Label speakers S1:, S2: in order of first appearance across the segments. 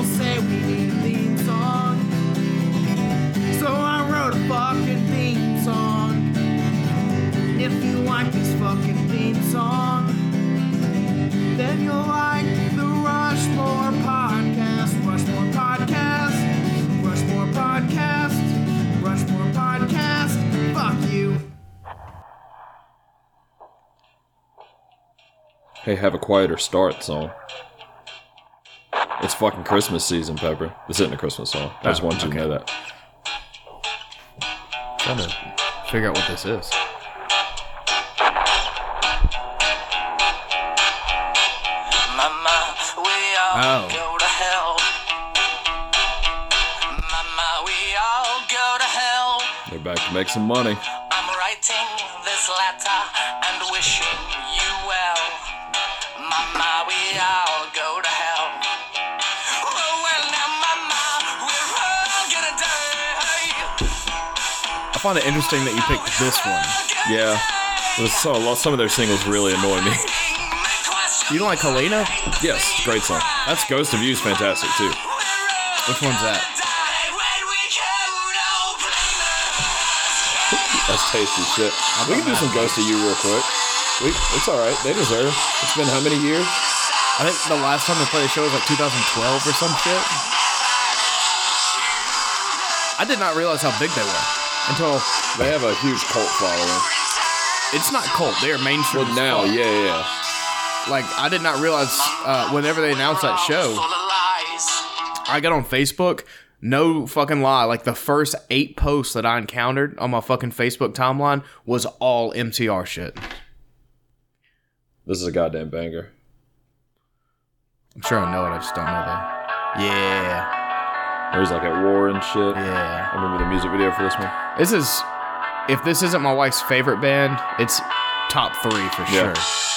S1: fucking theme song. So I wrote a fucking theme song. If you like this fucking theme song, then you'll like the Rushmore podcast. Rushmore podcast. Rushmore podcast. Rushmore podcast. Fuck you.
S2: Hey, have a quieter start song. It's fucking Christmas season, Pepper. This isn't a Christmas song. I just
S3: Oh,
S2: wanted you to know that.
S3: Trying to figure out what this is.
S4: Mama, we all
S3: Oh.
S4: go to hell. Mama, we all go to hell.
S2: They're back to make some money.
S4: I'm writing this letter and wishing you well. Mama, we all go to hell. Oh, well, now, Mama, we're all gonna die.
S3: I find it interesting that you picked this one.
S2: Yeah. It was so, well, some of their singles really annoy me.
S3: You don't like Helena?
S2: yes, great song. That's Ghost of You's fantastic too.
S3: Which one's that?
S2: That's tasty shit. we can do some Ghost of You real quick. We, it's all right. They deserve it. It's been how many years?
S3: I think the last time they played a show was like 2012 or some shit. I did not realize how big they were until
S2: They have a huge cult following.
S3: it's not cult. They are mainstream.
S2: Well,
S3: as
S2: now,
S3: fuck.
S2: yeah, yeah.
S3: Like I did not realize uh, whenever they announced that show. I got on Facebook. No fucking lie. Like the first eight posts that I encountered on my fucking Facebook timeline was all MCR shit.
S2: This is a goddamn banger.
S3: I'm sure I know it. I just don't know that. Yeah,
S2: Where he's like at war and shit.
S3: yeah.
S2: I remember the music video for this one.
S3: This is if this isn't my wife's favorite band, it's top three for
S2: Yeah.
S3: sure.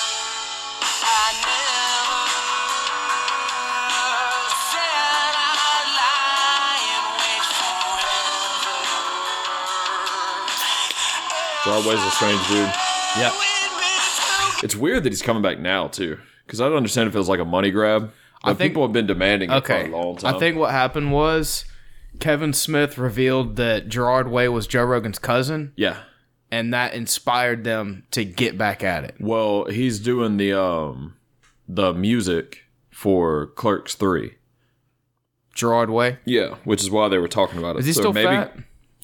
S2: Broadway's a strange dude.
S3: Yeah.
S2: It's weird that he's coming back now too, because I don't understand if it was like a money grab. I
S3: think-
S2: people have been demanding it
S3: Okay.
S2: for a long time.
S3: I think what happened was Kevin Smith revealed that Gerard Way was Joe Rogan's cousin,
S2: Yeah.
S3: and that inspired them to get back at it.
S2: Well, he's doing the um the music for Clerks Three.
S3: Gerard Way.
S2: Yeah, which is why they were talking about it.
S3: Is he
S2: So
S3: still
S2: maybe
S3: fat?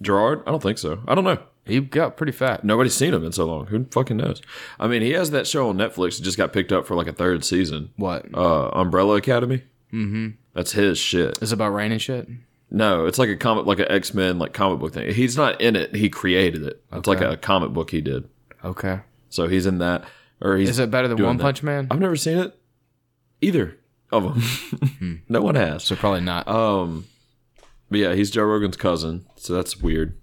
S2: Gerard? I don't think so. I don't know.
S3: He got pretty fat.
S2: Nobody's seen him in so long. Who fucking knows? I mean, he has that show on Netflix that just got picked up for like a third season.
S3: What? Is
S2: Uh, Umbrella Academy. Mm-hmm. That's his shit.
S3: it about rain and shit?
S2: No, it's like a comic, like an X Men, like comic book thing. He's not in it. He created it. It's like
S3: Okay.
S2: a comic book he did.
S3: Okay.
S2: So he's in that, or he's.
S3: Is it better than
S2: doing
S3: One
S2: that.
S3: Punch Man?
S2: I've never seen it either of them. no one has.
S3: Hmm. so probably not.
S2: Um, but yeah, he's Joe Rogan's cousin, so that's weird.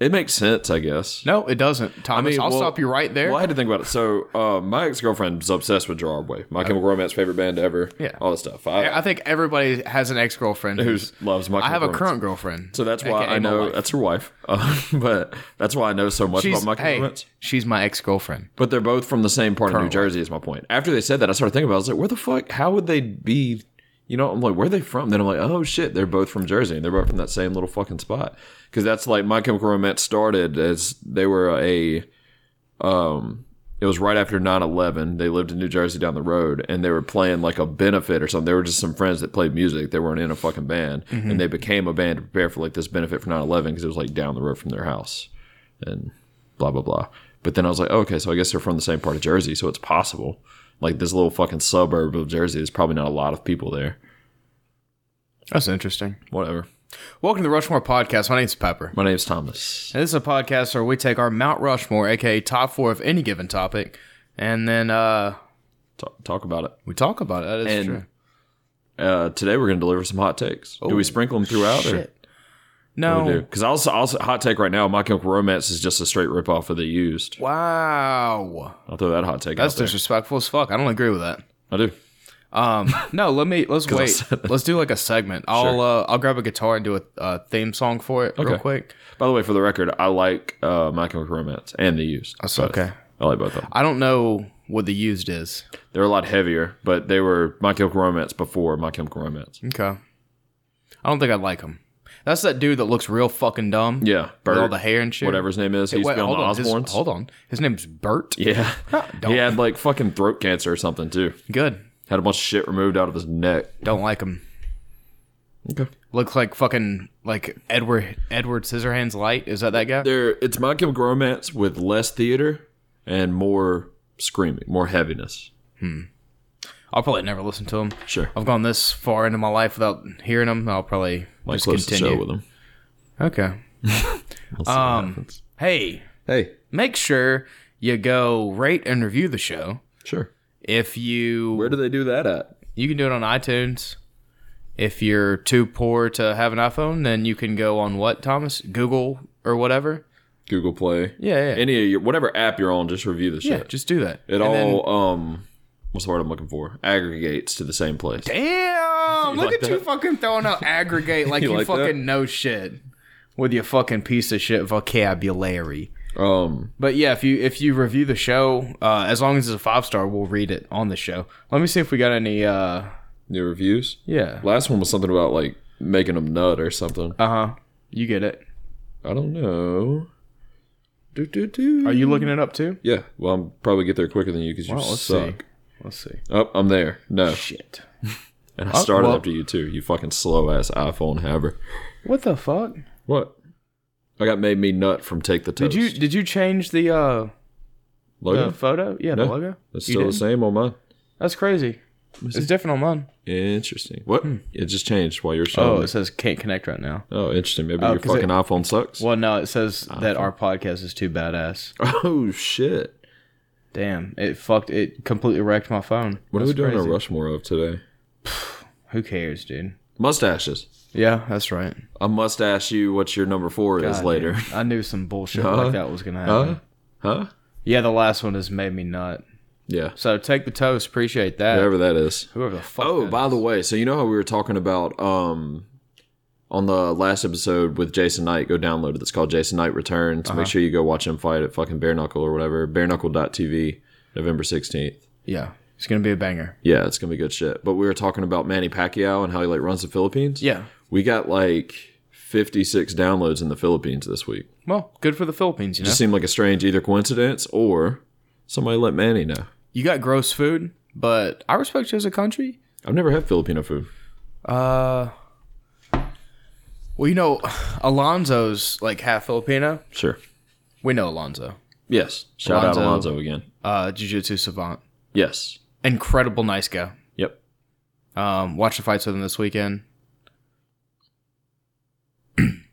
S2: It makes sense, I guess.
S3: no, it doesn't. Thomas, I
S2: mean,
S3: will
S2: well-
S3: stop you right there.
S2: Well, I had to think about it. So, uh, my ex girlfriend's obsessed with Gerard Way, My Chemical Romance favorite band ever.
S3: Uh, Yeah.
S2: all this stuff. I,
S3: I think everybody has an ex girlfriend
S2: who
S3: who's.
S2: loves my?
S3: I have
S2: Chemical
S3: a
S2: Romance.
S3: current girlfriend.
S2: So that's why
S3: AKA
S2: I
S3: my
S2: know
S3: wife.
S2: that's her wife, uh, but that's why I know so much
S3: she's
S2: about Michael
S3: hey,
S2: Lawrence.
S3: she's my ex girlfriend.
S2: But they're both from the same part of New
S3: Currently.
S2: Jersey. Is my point. After they said that, I started thinking about. it. I was like, where the fuck? How would they be? You know, I'm like, where are they from? Then I'm like, oh shit, they're both from Jersey, and they're both from that same little fucking spot. Because that's like My Chemical Romance started as they were a, um, it was right after 9/11. They lived in New Jersey down the road, and they were playing like a benefit or something. They were just some friends that played music. They weren't in a fucking band, and they became a band to prepare for like this benefit for 9/11 because it was like down the road from their house and blah blah blah. But then I was like, oh, okay, so I guess they're from the same part of Jersey, so it's possible. Like this little fucking suburb of Jersey, there's probably not a lot of people there.
S3: That's interesting.
S2: Whatever.
S3: Welcome to the Rushmore Podcast. My name's Pepper.
S2: My name's Thomas.
S3: And this is a podcast where we take our Mount Rushmore, aka top four of any given topic, and then uh,
S2: Talk, talk about it.
S3: we talk about it. That
S2: And
S3: is true.
S2: uh, today we're gonna deliver some hot takes. do we sprinkle them throughout? Or
S3: Oh, Shit. No.
S2: Because also, also, hot take right now, My Chemical Romance is just a straight rip off of The Used.
S3: Wow.
S2: I'll throw that hot take
S3: That's
S2: out there.
S3: disrespectful as fuck. I don't agree with that.
S2: I do.
S3: Um, no, let me let's
S2: I
S3: wait.
S2: said that.
S3: Let's do like a segment. I'll uh, I'll grab a guitar and do a uh, theme song for it real
S2: Okay.
S3: quick.
S2: By the way, for the record, I like uh, My Chemical Romance and The Used.
S3: That's
S2: Both.
S3: okay.
S2: I like both of them.
S3: I don't know what the used is.
S2: They're a lot heavier, but they were My Chemical Romance before My Chemical Romance.
S3: Okay. I don't think I'd like him. That's that dude that looks real fucking dumb.
S2: Yeah,
S3: With all
S2: Bert,
S3: the hair and shit.
S2: Whatever his name is, he
S3: Hey,
S2: used
S3: wait,
S2: to be on
S3: hold,
S2: the
S3: on.
S2: Osbournes.
S3: His, hold on. His name's Bert.
S2: Yeah,
S3: Don't.
S2: he had like fucking throat cancer or something too.
S3: Good.
S2: Had a bunch of shit removed out of his neck.
S3: Don't like him.
S2: Okay.
S3: Looks like fucking like Edward Edward Scissorhands Light. Is that that guy?
S2: There, it's My Chemical Romance with less theater and more screaming, more heaviness.
S3: I'll probably never listen to him.
S2: Sure.
S3: I've gone this far into my life without hearing him. I'll probably
S2: Might
S3: just
S2: close the show
S3: continue.
S2: with him.
S3: Okay.
S2: We'll see what
S3: Um.
S2: happens.
S3: Hey,
S2: Hey,
S3: make sure you go rate and review the show.
S2: sure.
S3: If you
S2: Where do they do that at?
S3: You can do it on iTunes. If you're too poor to have an iPhone, then you can go on what, Thomas? Google or whatever.
S2: Google Play.
S3: Yeah, yeah.
S2: Any of your whatever app you're on, just review the shit.
S3: yeah, just do that.
S2: it
S3: And
S2: all um, what's the word I'm looking for? Aggregates to the same place.
S3: Then, damn! Look
S2: like
S3: at you
S2: that?
S3: fucking throwing out aggregate like
S2: You
S3: you,
S2: like that?
S3: fucking know shit with your fucking piece of shit vocabulary.
S2: Um,
S3: But yeah, if you if you review the show, uh, as long as it's a five star, we'll read it on the show. Let me see if we got any. uh
S2: new reviews.
S3: Yeah.
S2: Last one was something about like making them nut or something.
S3: Uh huh. You get it.
S2: I don't know. Do do do.
S3: Are you looking it up too?
S2: Yeah. Well, I'm probably get there quicker than you because you
S3: Well, let's
S2: suck.
S3: see. Let's see.
S2: Oh, I'm there. No,
S3: Shit.
S2: and I started
S3: Uh, well-
S2: after you too. You fucking slow ass iPhone haver.
S3: What the fuck?
S2: What? I got made me nut from Take the Toast.
S3: Did you did you change the uh
S2: logo?
S3: the photo? Yeah,
S2: No,
S3: the logo.
S2: It's
S3: You
S2: still the
S3: did?
S2: same on mine.
S3: That's crazy. It's different on mine.
S2: Interesting. What? It just changed while you were showing.
S3: Oh,
S2: me.
S3: it says can't connect right now.
S2: Oh, interesting. Maybe your
S3: 'cause
S2: fucking
S3: it-
S2: iPhone sucks.
S3: Well, no, it says
S2: Ah,
S3: that our podcast is too badass.
S2: Oh shit!
S3: Damn, it fucked. It completely wrecked my phone.
S2: What are we
S3: That's
S2: doing
S3: crazy.
S2: a Rushmore of today?
S3: Who cares, dude?
S2: Mustaches.
S3: Yeah, that's right.
S2: I must ask you what your number four is
S3: God,
S2: later.
S3: dude, I knew some bullshit
S2: Huh?
S3: like that was gonna happen.
S2: Huh? Huh?
S3: Yeah, the last one has made me nut.
S2: Yeah.
S3: So take the toast. Appreciate that.
S2: Whatever that is.
S3: Whoever the fuck.
S2: Uh, Oh,
S3: that
S2: by
S3: is.
S2: the way, so you know how we were talking about um on the last episode with Jason Knight, go download it. It's called Jason Knight Returns. Make sure you go watch him fight at fucking Bare Knuckle or whatever. Bareknuckle.tv, November 16th.
S3: yeah, it's gonna be a banger.
S2: Yeah, it's gonna be good shit. But we were talking about Manny Pacquiao and how he like runs the Philippines.
S3: Yeah.
S2: we got like 56 downloads in the Philippines this week.
S3: Well, good for the Philippines, you know.
S2: Just seemed like a strange either coincidence or somebody let Manny know.
S3: You got gross food, but I respect you as a country.
S2: I've never had Filipino food.
S3: Uh, well, you know, Alonzo's like half Filipino.
S2: Sure.
S3: We know Alonzo,
S2: Yes. Shout out
S3: Alonzo.
S2: Alonzo again.
S3: uh, jujitsu savant,
S2: Yes.
S3: incredible nice guy.
S2: Yep.
S3: Um, watched the fights with him this weekend.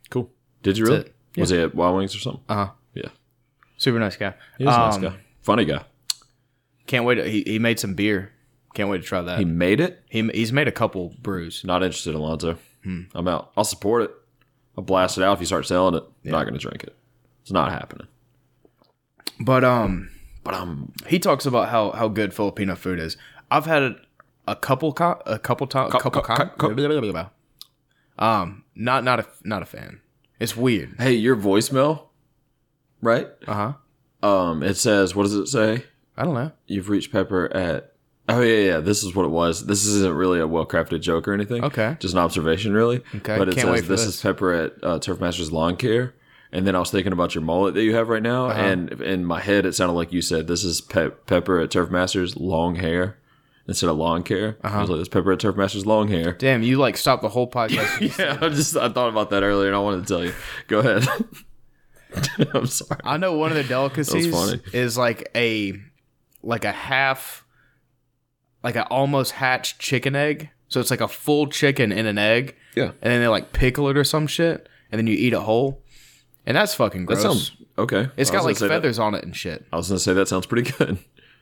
S2: Cool. Did you really?
S3: That's it. Yeah.
S2: Was he at Wild Wings or something?
S3: Uh huh.
S2: Yeah.
S3: Super nice guy.
S2: He was a
S3: Um,
S2: nice guy. Funny guy.
S3: Can't wait. To, he he made some beer. Can't wait to try that.
S2: He
S3: He,
S2: made it. Hmm.
S3: he's made a couple brews.
S2: Uh, Not interested, Alonzo. I'm out. I'll support it. I'll blast it out if you start selling it. Not going to drink it. It's not happening.
S3: But um,
S2: But I'm
S3: he talks about how how good Filipino food is. I've had a, a couple co- a couple times a couple
S2: co-
S3: con-
S2: co-
S3: um not not a not a fan. It's weird.
S2: Hey, your voicemail, right?
S3: Uh huh.
S2: Um, it says, what does it say?
S3: I don't know.
S2: You've reached Pepper at. Oh yeah, yeah. This is what it was. This isn't really a well-crafted joke or anything.
S3: Okay.
S2: just an observation, really.
S3: Okay,
S2: but it
S3: can't
S2: says
S3: wait for
S2: this,
S3: this.
S2: is Pepper at uh, Turf Masters Lawn Care, and then I was thinking about your mullet that you have right now,
S3: Uh-huh.
S2: and in my head it sounded like you said this is Pe- Pepper at Turf Masters long hair instead of lawn care.
S3: Uh-huh.
S2: I was like, this Pepper at Turf Masters long hair.
S3: Damn, you like stopped the whole podcast.
S2: Yeah, I just I thought about that earlier, and I wanted to tell you. Go ahead. I'm sorry.
S3: I know one of the delicacies
S2: funny.
S3: is like a like a half like an almost hatched chicken egg. So it's like a full chicken in an egg,
S2: Yeah,
S3: and then they like pickle it or some shit, and then you eat it whole. And that's fucking
S2: that
S3: gross.
S2: sounds okay.
S3: it's
S2: I
S3: got
S2: was gonna
S3: like
S2: say that-
S3: feathers on it and shit.
S2: I was gonna say that sounds pretty good.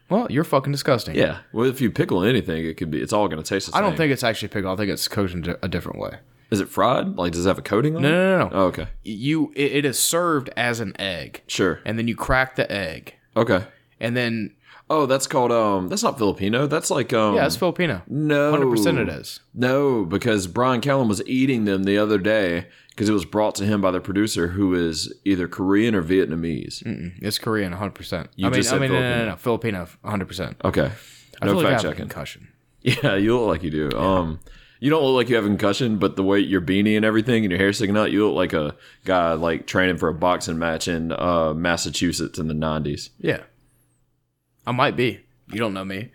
S3: Well, you're fucking disgusting.
S2: Yeah. Well, if you pickle anything, it could be. It's all going to taste the
S3: I
S2: same.
S3: don't think it's actually pickle. I think it's cooked in a different way.
S2: Is it fried? Like, does it have a coating on
S3: No,
S2: it?
S3: no, no. no.
S2: Oh, okay.
S3: You, it, it is served as an egg,
S2: Sure.
S3: and then you crack the egg,
S2: Okay.
S3: and then
S2: Oh, that's called um. That's not Filipino. That's like um.
S3: Yeah, it's Filipino.
S2: no,
S3: 100% it is.
S2: No, because Brian Callum was eating them the other day because it was brought to him by the producer who is either Korean or Vietnamese.
S3: It's Korean 100%.
S2: You
S3: I mean,
S2: just
S3: I
S2: said
S3: mean no, no, no, no, Filipino 100%.
S2: Okay,
S3: I
S2: no
S3: feel like I
S2: fact
S3: have a
S2: checking.
S3: concussion.
S2: Yeah, you look like you do. Um, you don't look like you have a concussion, but the way your beanie and everything and your hair sticking out, you look like a guy like training for a boxing match in uh, Massachusetts in the nineties.
S3: Yeah. I might be. You don't know me.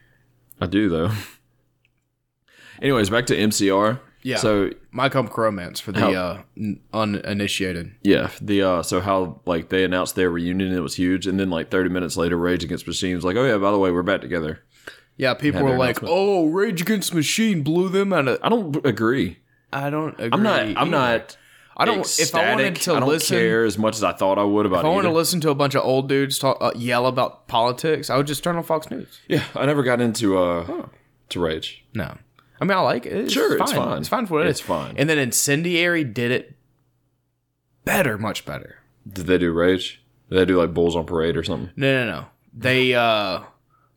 S2: I do though. Anyways, back to MCR.
S3: Yeah.
S2: So
S3: My Comic Romance for the
S2: How-
S3: uh, n- uninitiated.
S2: yeah, the uh, so how like they announced their reunion and it was huge, and then like thirty minutes later, Rage Against the Machine was like, oh yeah, by the way, we're back together.
S3: Yeah, people
S2: Had
S3: were
S2: their
S3: like,
S2: announcement.
S3: "Oh, Rage Against the Machine blew them out of."
S2: I don't b- agree.
S3: I don't. Agree
S2: I'm not. I'm
S3: either.
S2: not.
S3: I don't. If I wanted
S2: ecstatic.
S3: to
S2: I don't
S3: listen,
S2: care as much as I thought I would about.
S3: if I wanted to
S2: either.
S3: listen to a bunch of old dudes talk, uh, yell about politics, I would just turn on Fox News.
S2: Yeah, I never got into uh to Rage.
S3: No, I mean I like it. It's
S2: Sure,
S3: fine.
S2: it's fine.
S3: It's fine for what it
S2: It's
S3: is.
S2: fine.
S3: And then Incendiary did it better, much better.
S2: Did they do Rage? Did they do like Bulls on Parade or something?
S3: No, no, no. They uh,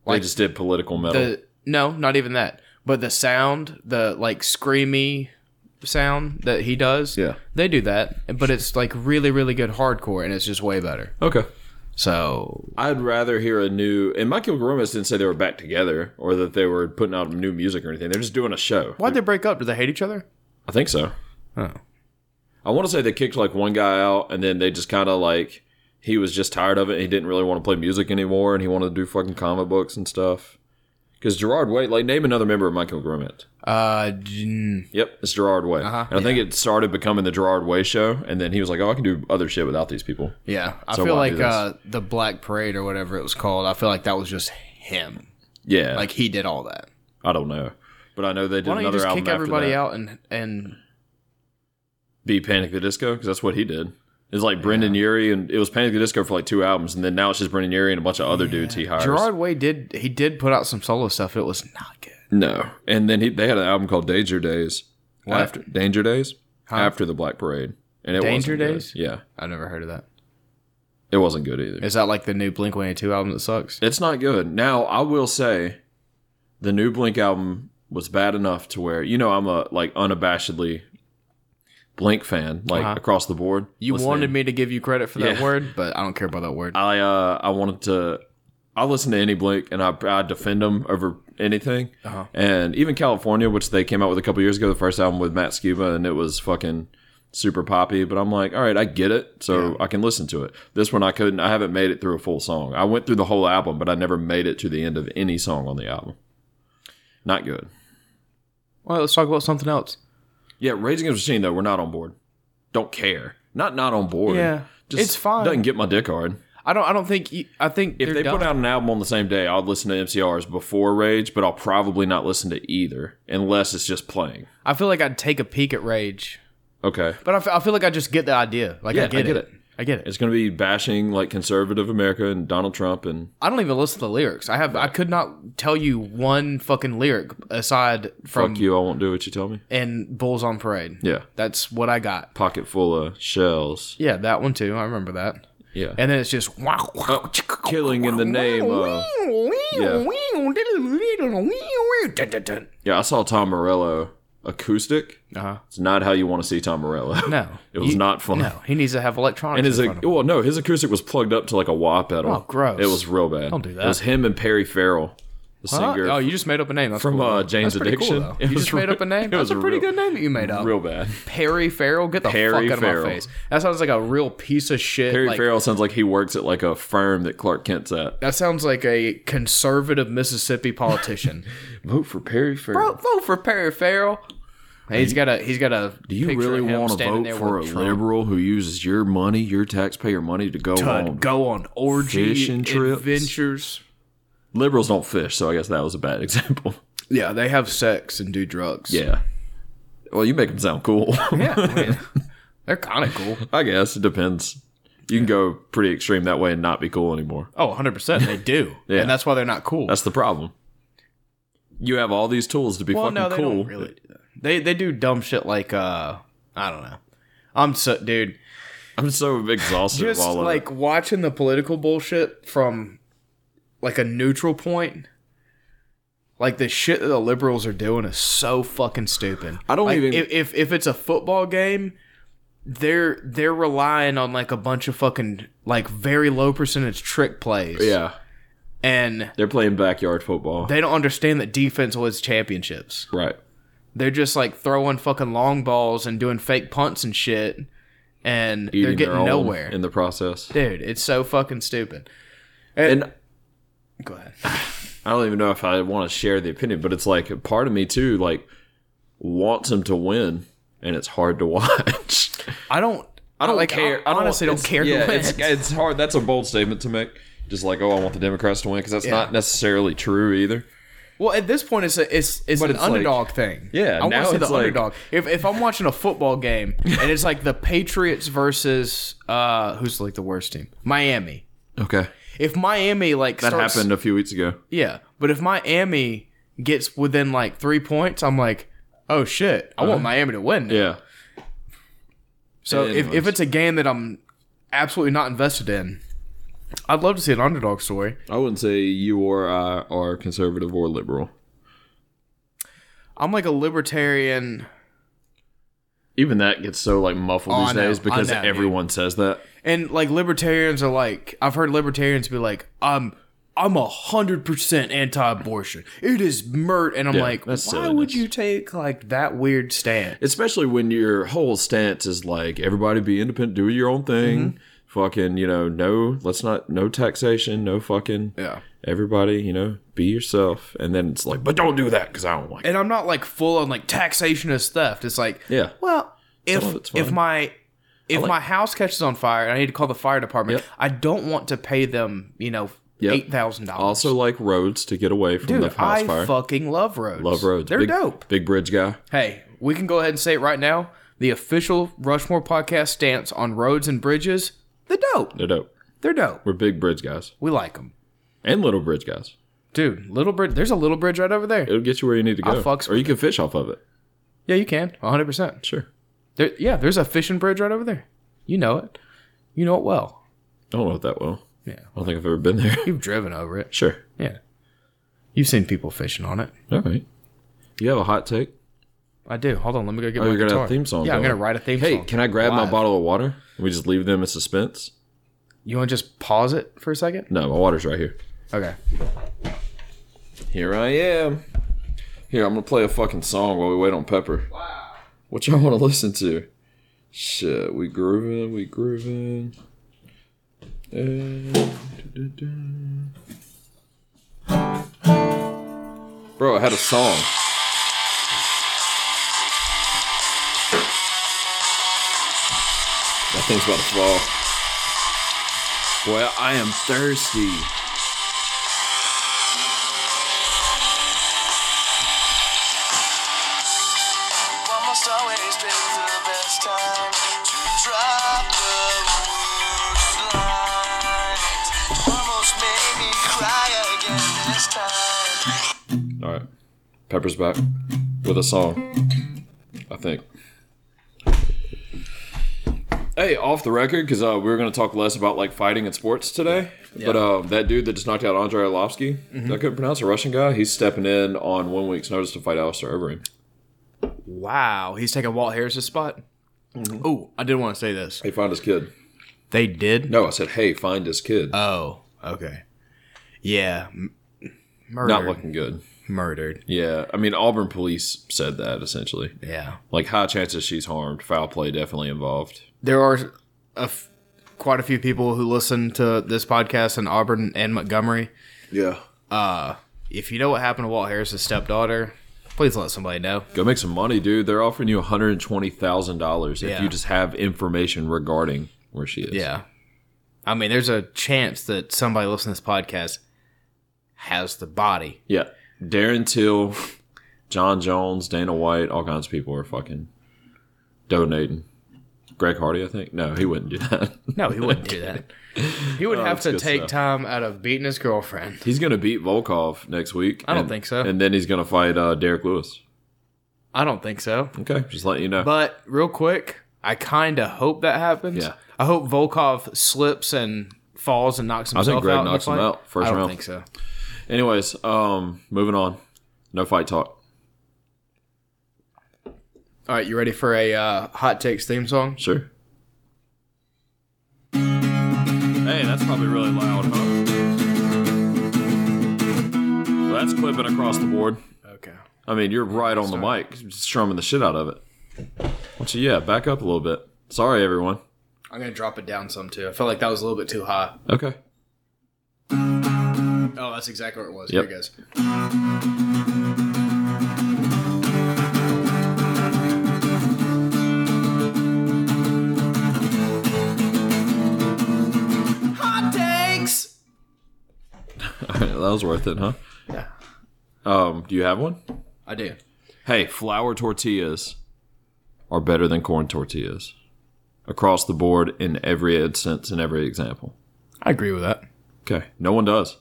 S2: they just did political metal.
S3: the no, not even that. But the sound, the like screamy sound that he does,
S2: Yeah.
S3: they do that. But it's like really, really good hardcore, and it's just way better.
S2: okay.
S3: So
S2: I'd rather hear a new. And My Chemical Romance didn't say they were back together or that they were putting out new music or anything. They're just doing a show.
S3: why'd they break up? Do they hate each other?
S2: I think so.
S3: Oh,
S2: I want to say they kicked like one guy out and then they just kind of like he was just tired of it. And he didn't really want to play music anymore and he wanted to do fucking comic books and stuff. Because Gerard Way, like name another member of My Chemical Romance.
S3: uh, j-
S2: Yep, it's Gerard Way.
S3: Uh-huh,
S2: and I think it started becoming the Gerard Way show. And then he was like, oh, I can do other shit without these people.
S3: yeah. I
S2: So
S3: feel
S2: why
S3: like
S2: do
S3: uh, the Black Parade or whatever it was called. I feel like that was just him.
S2: Yeah.
S3: Like he did all that.
S2: I don't know, but I know they did
S3: Why don't you
S2: another
S3: just
S2: album
S3: kick
S2: after
S3: everybody
S2: that.
S3: out and and
S2: Be Panic at the Disco because that's what he did. It's like Brendan Urie and it was Panic at the Disco for like two albums, and then now it's just Brendan Urie and a bunch of other dudes he hires.
S3: Gerard Way did he did put out some solo stuff. It was not good.
S2: no, and then he they had an album called Danger Days
S3: What?
S2: after Danger Days after the Black Parade, and it
S3: Danger
S2: wasn't good.
S3: Days?
S2: Yeah,
S3: I never heard of that.
S2: it wasn't good either.
S3: Is that like the new Blink One Eighty Two album that sucks?
S2: It's not good. Now I will say, the new Blink album was bad enough to where you know I'm a like unabashedly Blink fan, like
S3: Uh-huh.
S2: across the board.
S3: You
S2: Listening.
S3: wanted me to give you credit for that
S2: Yeah.
S3: word, but I don't care about that word.
S2: I uh, I wanted to. I listen to any Blink and I, I defend them over anything.
S3: Uh-huh.
S2: And even California, which they came out with a couple years ago, the first album with Matt Scuba, and it was fucking super poppy. But I'm like, all right, I get it, so I can listen to it. This one I couldn't. I haven't made it through a full song. I went through the whole album, but I never made it to the end of any song on the album. Not good.
S3: Well, let's talk about something else.
S2: Yeah, Rage Against the Machine though, we're not on board. Don't care. Not not on board.
S3: Yeah.
S2: Just
S3: It's fine.
S2: Doesn't get my dick hard.
S3: I don't. I don't think. You, I think
S2: if they put out an album on the same day, I'll listen to MCRs before Rage, but I'll probably not listen to either unless it's just playing.
S3: I feel like I'd take a peek at Rage,
S2: Okay.
S3: but I, f- I feel like I just get the idea. Like
S2: Yeah,
S3: I, get it. I get it.
S2: It's going to be bashing like conservative America and Donald Trump and
S3: I don't even listen to the lyrics. I have. I could not tell you one fucking lyric aside from
S2: fuck you, I won't do what you tell me.
S3: and Bulls on Parade.
S2: Yeah.
S3: That's what I got.
S2: Pocket full of shells.
S3: Yeah, that one too. I remember that.
S2: Yeah.
S3: And then it's just wow, wow,
S2: killing in the name of. Yeah, I saw Tom Morello acoustic.
S3: Uh-huh.
S2: It's not how you want to see Tom Morello.
S3: No,
S2: It was
S3: You-
S2: not fun.
S3: No, he needs to have electronics.
S2: And his
S3: in front of him.
S2: well, no, his acoustic was plugged up to like a wah pedal.
S3: Oh, gross.
S2: It was real bad.
S3: Don't do that.
S2: It was him and Perry Farrell, the
S3: Huh?
S2: singer
S3: Oh, you just made up a name. That's
S2: from
S3: cool.
S2: uh,
S3: That's
S2: Jane's
S3: pretty cool,
S2: Addiction.
S3: though.
S2: It
S3: you
S2: was
S3: just made
S2: real-
S3: up a name.
S2: it
S3: That's
S2: was
S3: a pretty
S2: real-
S3: good name that you made up.
S2: real bad.
S3: Perry Farrell. Get the
S2: Perry
S3: fuck out of
S2: Farrell.
S3: my face. That sounds like a real piece of shit.
S2: Perry
S3: like,
S2: Farrell sounds like he works at like a firm that Clark Kent's at.
S3: That sounds like a conservative Mississippi politician.
S2: Vote for Perry Farrell.
S3: vote, vote for Perry Farrell. Hey, he's got a he's got a.
S2: do you really want to vote for a liberal who uses your money, your taxpayer money, to go
S3: To
S2: on?
S3: go on orgy
S2: Fishing trips?
S3: adventures.
S2: Liberals don't fish, so I guess that was a bad example.
S3: Yeah, they have sex and do drugs.
S2: yeah. Well, you make them sound cool.
S3: yeah. I mean, they're kind of cool.
S2: I guess it depends. You can go pretty extreme that way and not be cool anymore.
S3: Oh, 100%. They do.
S2: Yeah.
S3: And that's why they're not cool.
S2: That's the problem. You have all these tools to be
S3: well,
S2: fucking
S3: no, they
S2: cool.
S3: don't really do that. They, they do dumb shit like, uh, I don't know. I'm so, dude,
S2: I'm so exhausted
S3: just
S2: of all of
S3: like watching the political bullshit from like a neutral point. Like the shit that the liberals are doing is so fucking stupid.
S2: I don't
S3: Like,
S2: even-
S3: if, if if it's a football game, they're they're relying on like a bunch of fucking like very low percentage trick plays.
S2: Yeah.
S3: and
S2: They're playing backyard football.
S3: they don't understand that defense wins championships.
S2: right.
S3: They're just like throwing fucking long balls and doing fake punts and shit, and they're
S2: Eating their
S3: getting
S2: own
S3: nowhere.
S2: in the process.
S3: Dude, it's so fucking stupid.
S2: And
S3: Go ahead.
S2: I don't even know if I want to share the opinion, but it's like part of me too, like wants them to win, and it's hard to watch.
S3: I don't.
S2: I don't
S3: like,
S2: care.
S3: I
S2: I don't,
S3: honestly don't
S2: it's-
S3: care.
S2: Yeah,
S3: who
S2: it's,
S3: wins.
S2: it's hard. That's a bold statement to make. Just like, oh, I want the Democrats to win because that's
S3: Yeah.
S2: not necessarily true either.
S3: well, at this point, it's a, it's it's
S2: But
S3: an
S2: it's like-
S3: underdog thing.
S2: Yeah,
S3: I want
S2: now
S3: to see the
S2: it's like-
S3: underdog. If if I'm watching a football game and it's like the Patriots versus uh who's like the worst team, Miami.
S2: Okay,
S3: If Miami like
S2: that
S3: starts,
S2: happened a few weeks ago.
S3: yeah, but if Miami gets within like three points, I'm like, oh shit, I want Miami to win. now.
S2: Uh-huh. Yeah,
S3: So if, if
S2: Anyways.
S3: it's a game that I'm absolutely not invested in, I'd love to see an underdog story.
S2: I wouldn't say you or I are conservative or liberal.
S3: I'm like a libertarian.
S2: Even that gets so like muffled
S3: Oh, I
S2: these
S3: know.
S2: days
S3: I
S2: because
S3: know, dude.
S2: everyone says that.
S3: And like libertarians are like, I've heard libertarians be like, I'm I'm a hundred percent anti-abortion. It is murder, and I'm
S2: Yeah,
S3: like, why
S2: that's
S3: would
S2: silliness.
S3: you take like that weird stand?
S2: especially when your whole stance is like everybody be independent, do your own thing.
S3: Mm-hmm.
S2: Fucking, you know, no, let's not, no taxation, no fucking.
S3: Yeah.
S2: Everybody, you know, be yourself. And then it's like, but don't do that because I don't like it.
S3: And I'm not like full on like taxation is theft. It's like,
S2: Yeah.
S3: well, if
S2: Some of it's
S3: if
S2: fine.
S3: my if
S2: like-
S3: my house catches on fire and I need to call the fire department,
S2: Yep.
S3: I don't want to pay them, you know,
S2: Yep.
S3: eight thousand dollars.
S2: Also, like roads to get away from
S3: Dude,
S2: the house
S3: I
S2: fire.
S3: fucking love roads.
S2: Love roads.
S3: They're
S2: big,
S3: dope.
S2: Big bridge guy.
S3: Hey, we can go ahead and say it right now. The official Rushmore podcast stance on roads and bridges, they're dope.
S2: They're dope.
S3: They're dope.
S2: We're big bridge guys
S3: We like them.
S2: and little bridge guys.
S3: Dude, little bridge. There's a little bridge right over there.
S2: It'll get you where you need to
S3: I
S2: go.
S3: fucks
S2: or you can fish off of it.
S3: Yeah, you can. 100%.
S2: Sure.
S3: There, yeah, there's a fishing bridge right over there. You know it. You know it well.
S2: I don't know it that well.
S3: Yeah.
S2: I don't think I've ever been there.
S3: You've driven over it.
S2: sure.
S3: Yeah. You've seen people fishing on it.
S2: All right. You have a hot take?
S3: I do. Hold on, let me go get
S2: Oh,
S3: my
S2: you're gonna
S3: guitar.
S2: have a theme song.
S3: Yeah, I'm
S2: going.
S3: gonna write a theme
S2: hey,
S3: song.
S2: can I grab my
S3: Live.
S2: bottle of water? Can we just leave them in suspense?
S3: You want to just pause it for a second?
S2: No, my water's right here.
S3: Okay.
S2: Here I am. Here, I'm gonna play a fucking song while we wait on Pepper. Wow. What y'all wanna listen to? Shit, we grooving, we grooving. Eh, du-du-du. Bro, I had a song. That thing's about to fall. Boy, I am thirsty.
S4: Almost always picks the best time to drop the roof line. Almost made me cry again this time.
S2: All right. Pepper's back with a song, I think. Hey, off the record, because uh, we were going to talk less about like fighting and sports today. But um, that dude that just knocked out Andrei Arlovsky, I couldn't pronounce a Russian guy. He's stepping in on one week's notice to fight Alistair Overeem.
S3: Wow, he's taking Walt Harris's spot. Oh, I did want to say this.
S2: Hey, find his kid.
S3: They did.
S2: No, I said, hey, find his kid.
S3: Oh, okay. Yeah, m- murdered.
S2: Not looking good.
S3: murdered.
S2: Yeah, I mean Auburn police said that essentially.
S3: Yeah,
S2: Like high chances she's harmed. Foul play definitely involved.
S3: there are a f- quite a few people who listen to this podcast in Auburn and Montgomery.
S2: Yeah.
S3: If you know what happened to Walt Harris's stepdaughter, please let somebody know.
S2: Go make some money, dude. They're offering you $120,000
S3: Yeah.
S2: if you just have information regarding where she is.
S3: Yeah, I mean, there's a chance that somebody listening to this podcast has the body.
S2: Yeah. Darren Till, John Jones, Dana White, all kinds of people are fucking donating. Greg Hardy, I think. No, he wouldn't do that.
S3: No, he wouldn't do that. He would have
S2: Oh, that's
S3: to
S2: good
S3: take
S2: stuff.
S3: time out of beating his girlfriend.
S2: He's going to beat Volkov next week.
S3: I don't
S2: and-
S3: think so.
S2: And then he's going to fight uh, Derek Lewis.
S3: I don't think so.
S2: Okay. Just letting you know.
S3: But real quick, I kind of hope that happens.
S2: Yeah.
S3: I hope Volkov slips and falls and knocks
S2: I
S3: himself
S2: think Greg
S3: out in the
S2: knocks him
S3: fight?
S2: out first
S3: I don't
S2: round.
S3: think so.
S2: Anyways, um, moving on. No fight talk.
S3: All right, you ready for a uh, hot takes theme song?
S2: Sure. Hey, that's probably really loud, huh? Well, that's clipping across the board.
S3: Okay.
S2: I mean, you're right on the mic, strumming the shit out of it. Why don't you, yeah, back up a little bit. Sorry, everyone.
S3: I'm going to drop it down some too. I felt like that was a little bit too high.
S2: Okay.
S3: Oh, that's exactly what it was.
S2: Yep.
S3: Here it goes.
S1: Hot takes.
S2: All right, that was worth it, huh?
S3: Yeah.
S2: Um, do you have one?
S3: I do.
S2: Hey, flour tortillas are better than corn tortillas across the board in every instance in every example.
S3: I agree with that.
S2: Okay. No one does.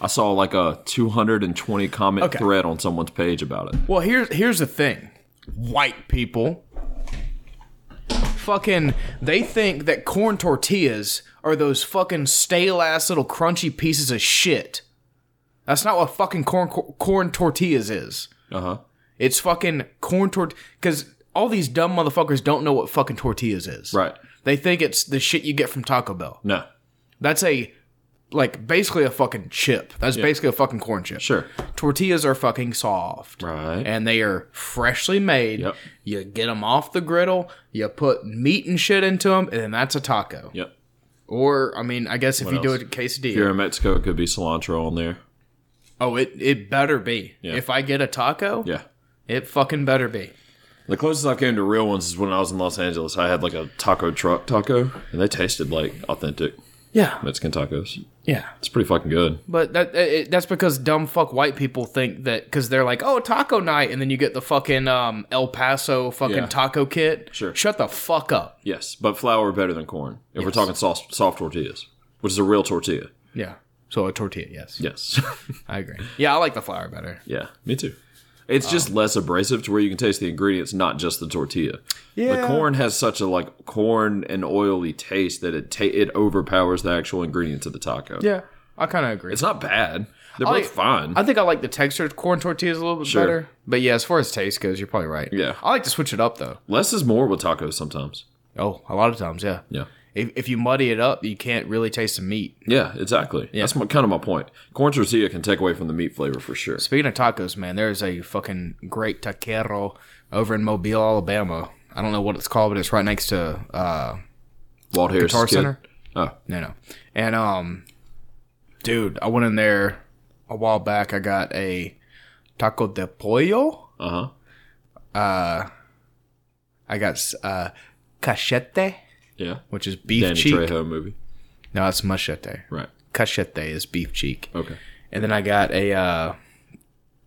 S2: I saw like a 220 comment
S3: Okay.
S2: thread on someone's page about it.
S3: Well, here's here's the thing. White people fucking they think that corn tortillas are those fucking stale ass little crunchy pieces of shit. That's not what fucking corn cor- corn tortillas is.
S2: Uh huh.
S3: It's fucking corn tort cuz all these dumb motherfuckers don't know what fucking tortillas is.
S2: Right.
S3: They think it's the shit you get from Taco Bell.
S2: No.
S3: That's a like basically a fucking chip. That's basically a fucking corn chip.
S2: Sure.
S3: Tortillas are fucking soft.
S2: Right.
S3: And they are freshly made.
S2: Yep.
S3: You get them off the griddle, you put meat and shit into them, and then that's a taco.
S2: yep.
S3: Or, I mean, I guess if you do
S2: else?
S3: it quesadilla.
S2: If you're in Mexico, it could be cilantro on there.
S3: oh, it, it better be.
S2: Yeah.
S3: If I get a taco,
S2: Yeah.
S3: it fucking better be.
S2: The closest I've came to real ones is when I was in Los Angeles. I had like a taco truck taco, and they tasted like authentic
S3: Yeah.
S2: Mexican tacos.
S3: Yeah.
S2: It's pretty fucking good.
S3: But that it, that's because dumb fuck white people think that because they're like, oh, taco night, and then you get the fucking um, El Paso fucking
S2: Yeah.
S3: taco kit.
S2: Sure.
S3: Shut the fuck up.
S2: Yes, but flour better than corn. If we're talking soft, soft tortillas, which is a real tortilla.
S3: Yeah. So a tortilla, yes.
S2: Yes.
S3: I agree. Yeah, I like the flour better.
S2: yeah, me too. It's just less abrasive to where you can taste the ingredients, not just the tortilla. The
S3: Yeah.
S2: corn has such a like corn and oily taste that it ta- it overpowers the actual ingredients of the taco.
S3: Yeah, I kind of agree.
S2: It's not bad. They're
S3: I-
S2: both fine.
S3: I think I like the texture of corn tortillas a little bit
S2: Sure.
S3: better. But yeah, as far as taste goes, you're probably right.
S2: Yeah.
S3: I like to switch it up though.
S2: Less is more with tacos sometimes.
S3: Oh, a lot of times, yeah.
S2: Yeah.
S3: If, if you muddy it up, you can't really taste the meat.
S2: Yeah, exactly. That's my, kind of my point. Corn tortilla can take away from the meat flavor for sure.
S3: Speaking of tacos, man, there is a fucking great taquero over in Mobile, Alabama. I don't know what it's called, but it's right next to uh
S2: Walt Harris
S3: Guitar
S2: kid.
S3: Center?
S2: Oh,
S3: no no. And um dude, I went in there a while back. I got a taco de pollo.
S2: uh huh.
S3: I got uh cachete,
S2: Yeah.
S3: which is beef
S2: Danny
S3: cheek.
S2: Trejo movie.
S3: No, it's machete.
S2: Right.
S3: Cachete is beef cheek.
S2: Okay.
S3: And then I got a uh,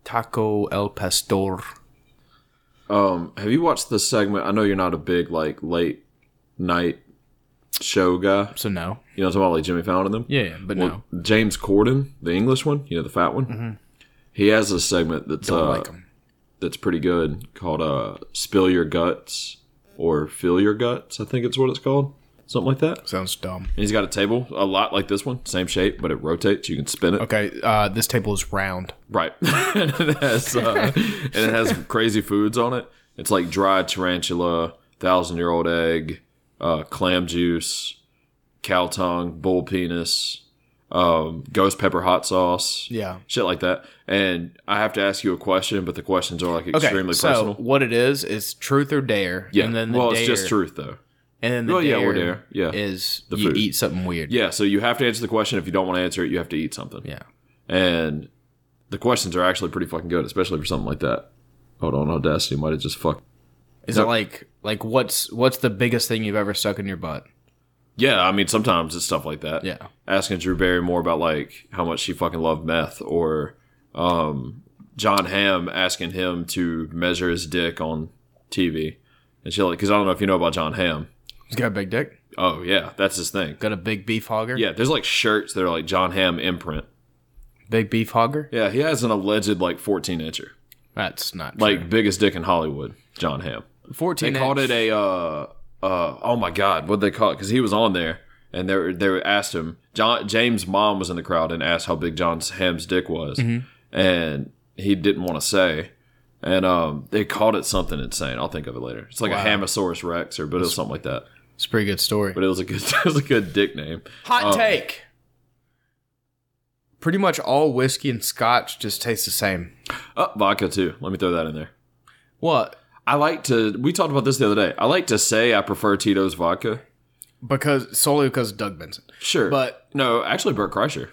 S3: taco el pastor.
S2: Um, have you watched the segment? I know you're not a big like late night show guy.
S3: So no.
S2: You know, what I'm talking about like Jimmy Fallon and them.
S3: Yeah, but
S2: Well,
S3: no.
S2: James Corden, the English one, you know, the fat one. He has a segment that's
S3: I
S2: uh,
S3: Mm-hmm. like 'em.
S2: that's pretty good called uh, "Spill Your Guts" or "Fill Your Guts." I think it's what it's called, something like that.
S3: Sounds dumb.
S2: And he's got a table a lot like this one, same shape, but it rotates. You can spin it.
S3: Okay, uh, this table is round.
S2: Right. and, it has, uh, and it has crazy foods on it. It's like dried tarantula, thousand year old egg, uh, clam juice, cow tongue, bull penis, um, ghost pepper hot sauce.
S3: Yeah.
S2: Shit like that. And I have to ask you a question, but the questions are like
S3: Okay,
S2: extremely
S3: so
S2: personal.
S3: what it is is truth or dare.
S2: Yeah.
S3: and then the
S2: well,
S3: dare,
S2: it's just truth, though.
S3: And then the
S2: Well, yeah,
S3: dare,
S2: or dare, yeah.
S3: is
S2: The
S3: you
S2: food.
S3: eat something weird.
S2: Yeah. So you have to answer the question. If you don't want to answer it, you have to eat something.
S3: yeah.
S2: And the questions are actually pretty fucking good, especially for something like that. Hold on, Audacity might have just fucked.
S3: Is
S2: No.
S3: it like like what's what's the biggest thing you've ever stuck in your butt?
S2: Yeah, I mean, sometimes it's stuff like that.
S3: Yeah.
S2: Asking Drew Barrymore about, like, how much she fucking loved meth, or um, John Hamm asking him to measure his dick on TV. And she, like, because I don't know if you know about John Hamm.
S3: He's got a big dick.
S2: Oh, yeah, that's his thing.
S3: Got a big beef hogger.
S2: Yeah, there's, like, shirts that are, like, John Hamm imprint.
S3: Big beef hogger.
S2: Yeah, he has an alleged, like, 14 incher.
S3: That's not
S2: Like, biggest dick in Hollywood, John Hamm.
S3: true. fourteen.
S2: They called
S3: inch.
S2: it a, uh, uh, oh my God, what'd they call it? Because he was on there. and they were, they were asked him. John James' mom was in the crowd and asked how big John Ham's dick was, and he didn't want to say. And um, they called it something insane. I'll think of it later. It's like a Hamosaurus Rex, or but it was something like that.
S3: It's a pretty good story.
S2: But it was a good, it was a good dick name.
S3: Hot take. Um, Pretty much all whiskey and scotch just taste the same.
S2: Oh, vodka too. Let me throw that in there.
S3: What?
S2: I like to. We talked about this the other day. I like to say I prefer Tito's vodka.
S3: Because solely because of Doug Benson.
S2: Sure,
S3: But-
S2: no, actually, Bert Kreischer.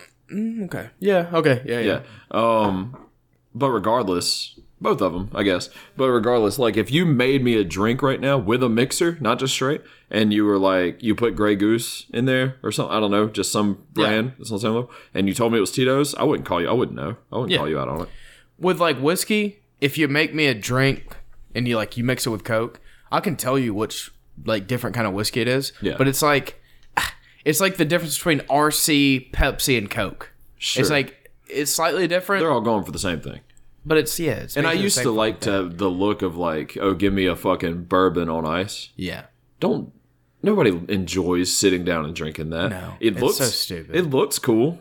S3: Okay. Yeah. Okay. Yeah.
S2: Yeah.
S3: Yeah.
S2: Um, but regardless, both of them, I guess. But regardless, like if you made me a drink right now with a mixer, not just straight, and you were like, you put Grey Goose in there or something, I don't know, just some brand that's on the same level, and you told me it was Tito's, I wouldn't call you. I wouldn't know. I wouldn't
S3: Yeah.
S2: call you out on it.
S3: With like whiskey, if you make me a drink and you like you mix it with Coke, I can tell you which like different kind of whiskey it is.
S2: Yeah.
S3: But it's like it's like the difference between RC, Pepsi, and Coke.
S2: Sure.
S3: It's like it's slightly different,
S2: they're all going for the same thing.
S3: but it's yeah. It's
S2: And I
S3: basically the
S2: used to
S3: same.
S2: like to have the look of like, oh, give me a fucking bourbon on ice.
S3: yeah.
S2: Don't. Nobody enjoys sitting down and drinking that.
S3: No,
S2: it
S3: it's
S2: looks
S3: so stupid.
S2: It looks cool,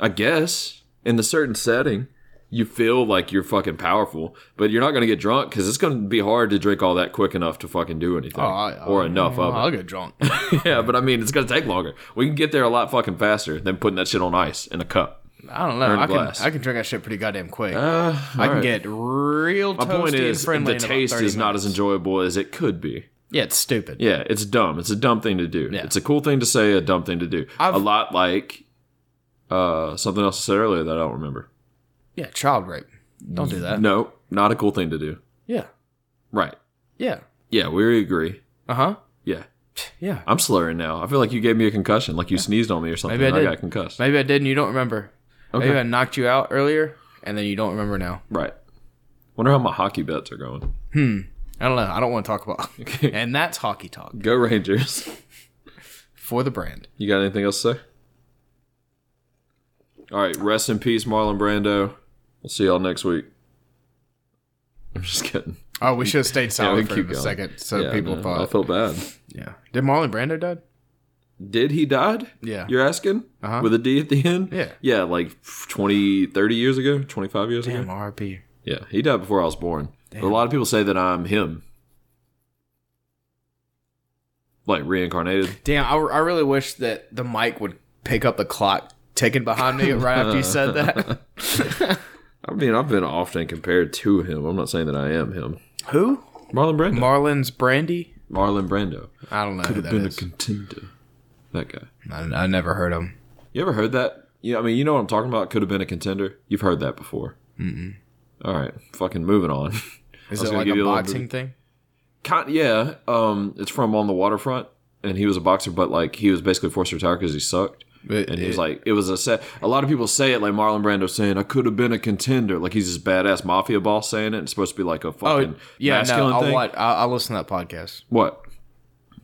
S2: I guess. In the certain setting, you feel like you're fucking powerful, but you're not gonna get drunk because it's gonna be hard to drink all that quick enough to fucking do
S3: Oh,
S2: anything or enough
S3: I'll,
S2: of
S3: I'll
S2: it.
S3: get drunk.
S2: yeah, but I Oh, mean, it's gonna take longer. We can get there a lot fucking faster than putting that shit on ice in a cup.
S3: I don't know.
S2: Earn a
S3: I can
S2: glass.
S3: I can drink that shit pretty goddamn quick.
S2: Uh,
S3: I can get real
S2: My
S3: toasty
S2: point
S3: and
S2: is,
S3: friendly.
S2: the
S3: in about
S2: taste
S3: 30
S2: is not
S3: minutes.
S2: as enjoyable as it could be.
S3: Yeah, it's stupid.
S2: Yeah, it's dumb. It's a dumb thing to do.
S3: Yeah.
S2: It's a cool thing to say, a dumb thing to do.
S3: I've-
S2: a lot like uh, something else I said earlier that I don't remember.
S3: Yeah, child rape. Don't do that.
S2: No, not a cool thing to do.
S3: Yeah.
S2: Right.
S3: Yeah.
S2: Yeah, we agree.
S3: Uh huh.
S2: Yeah.
S3: Yeah.
S2: I'm slurring now. I feel like you gave me a concussion, like you sneezed on me or something.
S3: Maybe
S2: and
S3: I did.
S2: got concussed.
S3: Maybe I did and you don't remember.
S2: Okay.
S3: Maybe I knocked you out earlier and then you don't remember now.
S2: Right. Wonder how my hockey bets are going.
S3: I don't know. I don't want to talk about. and that's hockey talk
S2: Go Rangers.
S3: for the brand.
S2: You got anything else to say? All right. Rest in peace, Marlon Brando. We'll see y'all next week. I'm just kidding.
S3: Oh, we should have stayed
S2: we
S3: silent for a
S2: keep going.
S3: second so
S2: Yeah,
S3: people
S2: no, I
S3: thought.
S2: feel bad.
S3: Yeah. Did Marlon Brando died?
S2: Did he died?
S3: Yeah.
S2: You're asking?
S3: Uh-huh.
S2: With a D at the end?
S3: Yeah.
S2: Yeah, like 20, 30 years ago, 25 years
S3: Damn,
S2: ago.
S3: RP.
S2: Yeah, he died before I was born. But a lot of people say that I'm him. Like reincarnated.
S3: Damn, I, I really wish that the mic would pick up the clock ticking behind me right after you said that.
S2: I mean, I've been often compared to him. I'm not saying that I am him.
S3: Who?
S2: Marlon Brando.
S3: Marlon's Brandy?
S2: Marlon Brando.
S3: I don't know who that
S2: Been a
S3: is.
S2: contender. That guy.
S3: I I never heard him.
S2: You ever heard that? Yeah, I mean, you know what I'm talking about. Could have been a contender. You've heard that before. Mm-mm. right, fucking moving on.
S3: Is
S2: I was
S3: it
S2: gonna
S3: like
S2: give
S3: a
S2: you a little
S3: boxing thing?
S2: Con- yeah, um, it's from On the Waterfront, and he was a boxer, but like he was basically forced to retire because he sucked.
S3: It-
S2: and he was
S3: it-
S2: like, it was a set. A lot of people say it like Marlon Brando saying, "I could have been a contender." Like he's this badass mafia boss saying it. It's supposed to be like a fucking
S3: Oh, yeah, no,
S2: masculine
S3: I'll,
S2: thing.
S3: watch, I'll, I'll listen to that podcast.
S2: What?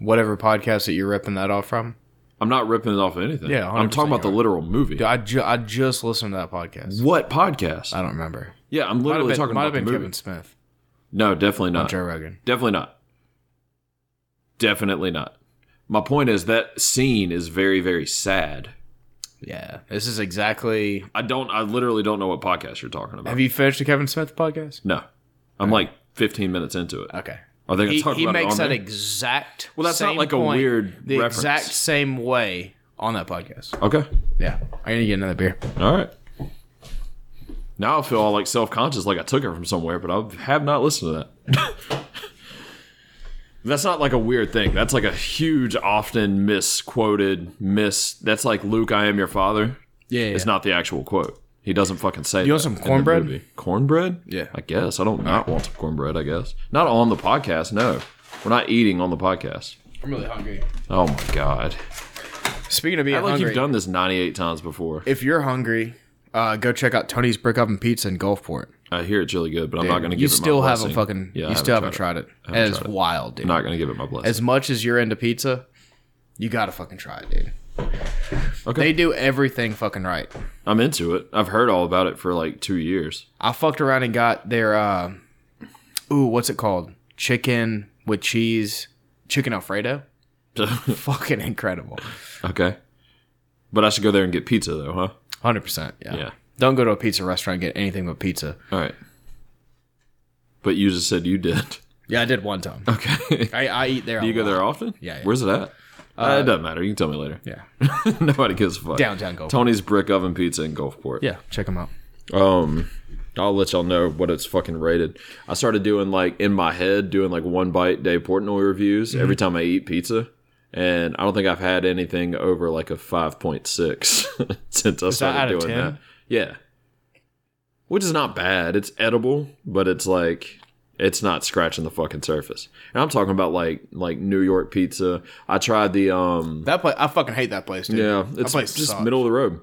S3: Whatever podcast that you're ripping that off from.
S2: I'm not ripping it off of anything.
S3: Yeah,
S2: I'm
S3: 100%
S2: talking about the
S3: you're
S2: literal movie.
S3: Dude, I, ju- I just listened to that podcast.
S2: What podcast?
S3: I don't remember.
S2: yeah, I'm
S3: Might have
S2: literally
S3: been,
S2: talking
S3: might
S2: about
S3: have
S2: the
S3: been
S2: movie.
S3: Kevin Smith
S2: No, definitely
S3: on
S2: not.
S3: Joe Rogan.
S2: Definitely not. Definitely not. My point is that scene is very, very sad.
S3: Yeah. This is exactly.
S2: I don't. I literally don't know what podcast you're talking about.
S3: Have you finished the Kevin Smith podcast?
S2: no, I'm like 15 minutes into it.
S3: Okay.
S2: Are they going
S3: He,
S2: to talk
S3: he
S2: about
S3: makes
S2: it on
S3: that
S2: there?
S3: exact.
S2: Well, that's not
S3: same
S2: like a
S3: point
S2: weird
S3: The
S2: reference.
S3: exact same way on that podcast.
S2: okay.
S3: Yeah. I need to get another beer.
S2: All right. Now I feel all like self conscious, like I took it from somewhere, but I have not listened to that. that's not like a weird thing. That's like a huge, often misquoted, miss. That's like Luke, I am your father.
S3: Yeah.
S2: It's not the actual quote. He doesn't fucking say. You
S3: want some cornbread?
S2: Cornbread?
S3: Yeah.
S2: I guess I don't not want some cornbread. I guess not on the podcast. No, we're not eating on the podcast.
S3: I'm really hungry.
S2: Oh my god!
S3: Speaking of being
S2: I like
S3: hungry,
S2: you've done this ninety-eight times before.
S3: if you're hungry, uh, go check out Tony's Brick Oven Pizza in Gulfport.
S2: I hear it's really good, but I'm not going to give
S3: you
S2: it. my
S3: still haven't
S2: blessing.
S3: fucking
S2: Yeah, I
S3: you still haven't tried it.
S2: I haven't
S3: It's
S2: tried it.
S3: wild, dude.
S2: I'm not going to give it my blessing.
S3: as much as you're into pizza, you gotta fucking try it, dude.
S2: Okay.
S3: They do everything fucking right.
S2: I'm into it. I've heard all about it for like two years.
S3: I fucked around and got their uh ooh, what's it called? Chicken with cheese, chicken alfredo. Fucking incredible.
S2: okay. But I should go there and get pizza though, huh?
S3: 100%. Yeah.
S2: Yeah.
S3: Don't go to a pizza restaurant and get anything but pizza.
S2: All right. But you just said you did.
S3: Yeah, I did one time.
S2: Okay.
S3: I, I eat there.
S2: Do you
S3: a
S2: go
S3: lot.
S2: there often?
S3: Yeah, yeah.
S2: Where's it at? Uh, it doesn't matter. You can tell me later.
S3: Yeah.
S2: Nobody gives a fuck.
S3: Downtown Gulfport.
S2: Tony's Brick Oven Pizza in Gulfport.
S3: Yeah. Check them out.
S2: Um, I'll let y'all know what it's fucking rated. I started doing like in my head, doing like one bite Dave Portnoy reviews
S3: Mm-hmm.
S2: every time I eat pizza, and I don't think I've had anything over like a five point six since I started
S3: out of
S2: doing
S3: 10?
S2: that. Yeah, which is not bad. It's edible, but it's like it's not scratching the fucking surface. And I'm talking about like like New York pizza. I tried the um
S3: That place, I fucking hate that place, dude.
S2: yeah,
S3: That
S2: it's
S3: place
S2: just
S3: sucks.
S2: middle of the road.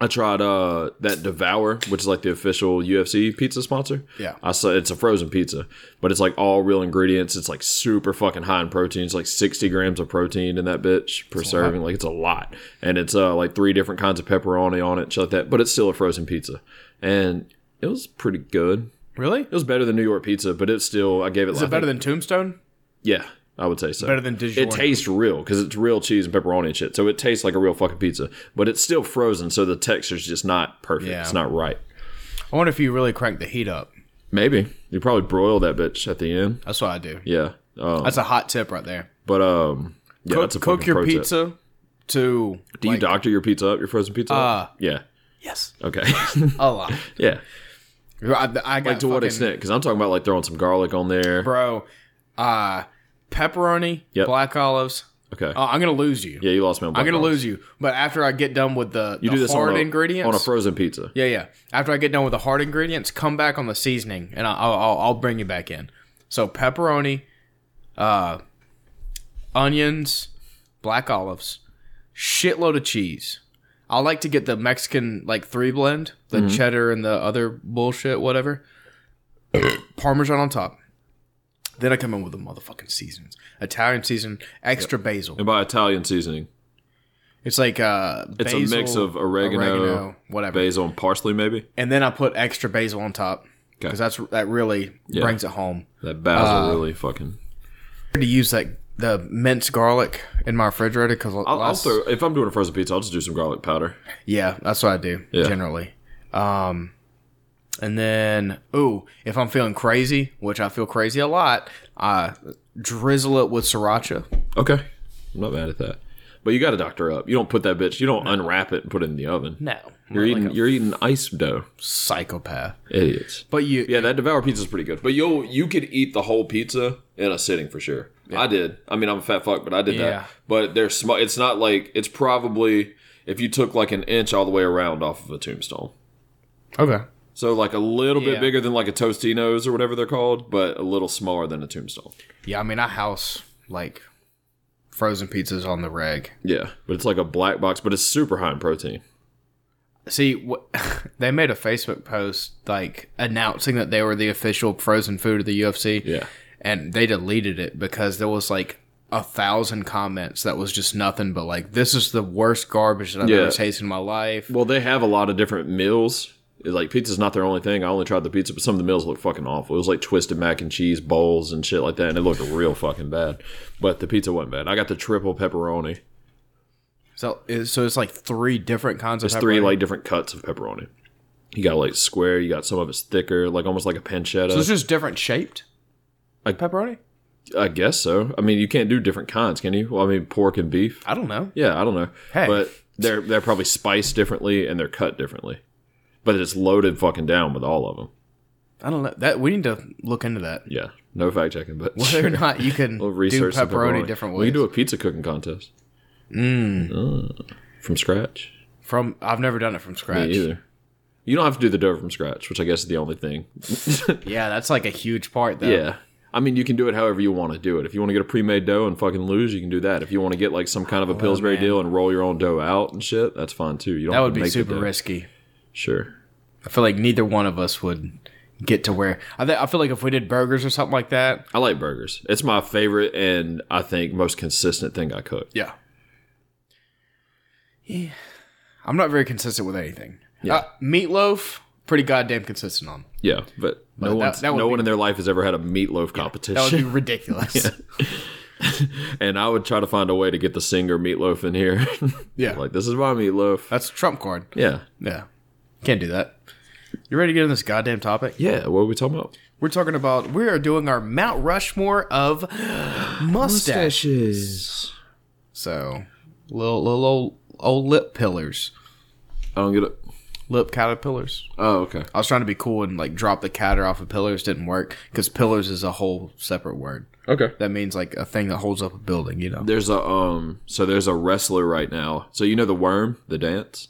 S2: I tried uh, that Devour, which is like the official UFC pizza sponsor.
S3: Yeah.
S2: I saw it's a frozen pizza, but it's like all real ingredients. It's like super fucking high in protein. It's like sixty grams of protein in that bitch per serving. Like it's a lot, and it's uh like three different kinds of pepperoni on it, shit like that. But it's still a frozen pizza, and it was pretty good.
S3: Really?
S2: It was better than New York pizza, but it's still I gave it.
S3: Is it better than Tombstone?
S2: Yeah, I would say so.
S3: Better than
S2: It
S3: DiGiorno.
S2: tastes real because it's real cheese and pepperoni and shit. So it tastes like a real fucking pizza, but it's still frozen, so the texture's just not perfect.
S3: Yeah.
S2: It's not right.
S3: I wonder if you really crank the heat up.
S2: Maybe you probably broil that bitch at the end.
S3: That's what I do.
S2: Yeah, um,
S3: That's a hot tip right there.
S2: but um, yeah,
S3: cook
S2: that's a
S3: cook
S2: fucking
S3: your
S2: pro tip.
S3: pizza to
S2: Do you
S3: like, Uh.
S2: doctor your pizza up? Your frozen pizza? up? yeah.
S3: yes
S2: Okay.
S3: a lot.
S2: yeah.
S3: I, I got
S2: Like to what
S3: fucking-
S2: extent? Because I'm talking about like throwing some garlic on there.
S3: bro? Uh, pepperoni,
S2: Yep.
S3: black olives.
S2: Okay.
S3: Oh, I'm gonna lose you.
S2: yeah, you lost me.
S3: I'm gonna lose you. But after I get done with the,
S2: You
S3: the
S2: do this
S3: hard
S2: on a,
S3: ingredients
S2: on a frozen pizza.
S3: Yeah, yeah. After I get done with the hard ingredients, come back on the seasoning, and I'll I'll, I'll bring you back in. So pepperoni, uh, onions, black olives, shitload of cheese. I like to get the Mexican like three blend, the
S2: Mm-hmm.
S3: cheddar and the other bullshit, whatever. Parmesan on top. Then I come in with the motherfucking seasons: Italian season, extra basil.
S2: And by Italian seasoning,
S3: It's like uh,
S2: It's a mix
S3: basil,
S2: of oregano,
S3: whatever
S2: basil, and parsley, maybe
S3: and then I put extra basil on top because that's that really brings it home.
S2: that
S3: Uh.
S2: basil really fucking.
S3: I had to use like the minced garlic in my refrigerator because
S2: I'll, I'll throw if I'm doing a frozen pizza, I'll just do some garlic powder.
S3: yeah, that's what I do
S2: Yeah.
S3: generally. Um, and then ooh, if I'm feeling crazy, which I feel crazy a lot, I drizzle it with sriracha.
S2: Okay, I'm not mad at that. But you got to doctor up. You don't put that bitch. You don't unwrap it and put it in the oven.
S3: No,
S2: You're eating. you're eating ice dough.
S3: psychopath.
S2: Idiots.
S3: But you,
S2: Yeah, that devour pizza's pretty good. But you'll you could eat the whole pizza in a sitting for sure. I did. I mean, I'm a fat fuck, but I did
S3: Yeah.
S2: that. But they're sm- It's not like it's probably if you took like an inch all the way around off of a tombstone.
S3: okay,
S2: So like a little
S3: Yeah.
S2: bit bigger than like a Tostino's or whatever they're called, but a little smaller than a tombstone.
S3: yeah. I mean, I house like frozen pizzas on the reg.
S2: Yeah, but it's like a black box, but it's super high in protein.
S3: See, what, they made a Facebook post like announcing that they were the official frozen food of the UFC.
S2: Yeah.
S3: And they deleted it because there was like a thousand comments that was just nothing but like, this is the worst garbage that I've
S2: Yeah.
S3: ever tasted in my life.
S2: Well, they have a lot of different meals. Like pizza's not their only thing. I only tried the pizza, but some of the meals looked fucking awful. It was like twisted mac and cheese bowls and shit like that, and it looked real fucking bad. But the pizza wasn't bad. I got the triple pepperoni.
S3: So, is- so it's like three different kinds of
S2: It's three
S3: pepperoni.
S2: like different cuts of pepperoni. You got like square. You got some of it's thicker, like almost like a pancetta.
S3: So it's just different shaped
S2: uh, Like-
S3: pepperoni?
S2: I guess so. I mean, you can't do different kinds, can you? Well, I mean, pork and beef.
S3: I don't know.
S2: Yeah, I don't know.
S3: Hey.
S2: But they're they're probably spiced differently and they're cut differently. But it's loaded fucking down with all of them.
S3: I don't know. That We need to look into that.
S2: Yeah. No fact checking, but
S3: Whether or not you can
S2: We'll
S3: do
S2: research the
S3: pepperoni, different
S2: We
S3: ways.
S2: can do a pizza cooking contest. Mm. From scratch?
S3: from I've never done it from
S2: Me
S3: scratch.
S2: either. You don't have to do the dough from scratch, which I guess is the only thing.
S3: Yeah, that's like a huge part though.
S2: Yeah. I mean, you can do it however you want to do it. If you want to get a pre-made dough and fucking lose, you can do that. If you want to get like some kind of a Pillsbury
S3: Oh, man.
S2: deal and roll your own dough out and shit, that's fine too. You don't
S3: That
S2: have
S3: would
S2: to
S3: be
S2: make the
S3: super
S2: dough.
S3: risky.
S2: Sure.
S3: I feel like neither one of us would get to where I, th- I feel like if we did burgers or something like that.
S2: I like burgers. It's my favorite and I think most consistent thing I cook.
S3: Yeah. I'm not very consistent with anything.
S2: Yeah.
S3: Uh, meatloaf, pretty goddamn consistent on.
S2: Yeah, but,
S3: that-
S2: no one's
S3: that would
S2: no
S3: be-
S2: one in their life has ever had a meatloaf
S3: That would be
S2: competition.
S3: ridiculous.
S2: and I would try to find a way to get the singer Meatloaf in here.
S3: Yeah.
S2: like this is my Meatloaf.
S3: That's a trump card.
S2: Yeah,
S3: Yeah. Can't do that. You ready to get on this goddamn topic?
S2: yeah. What are we talking about?
S3: We're talking about we are doing our Mount Rushmore of mustache.
S2: Mustaches.
S3: So little little old, old lip pillars.
S2: I don't get it.
S3: Lip caterpillars.
S2: Oh, okay.
S3: I was trying to be cool and like drop the catter off of pillars. Didn't work because pillars is a whole separate word.
S2: Okay.
S3: That means like a thing that holds up a building, you know?
S2: There's a um. So there's a wrestler right now. So you know the worm, the dance.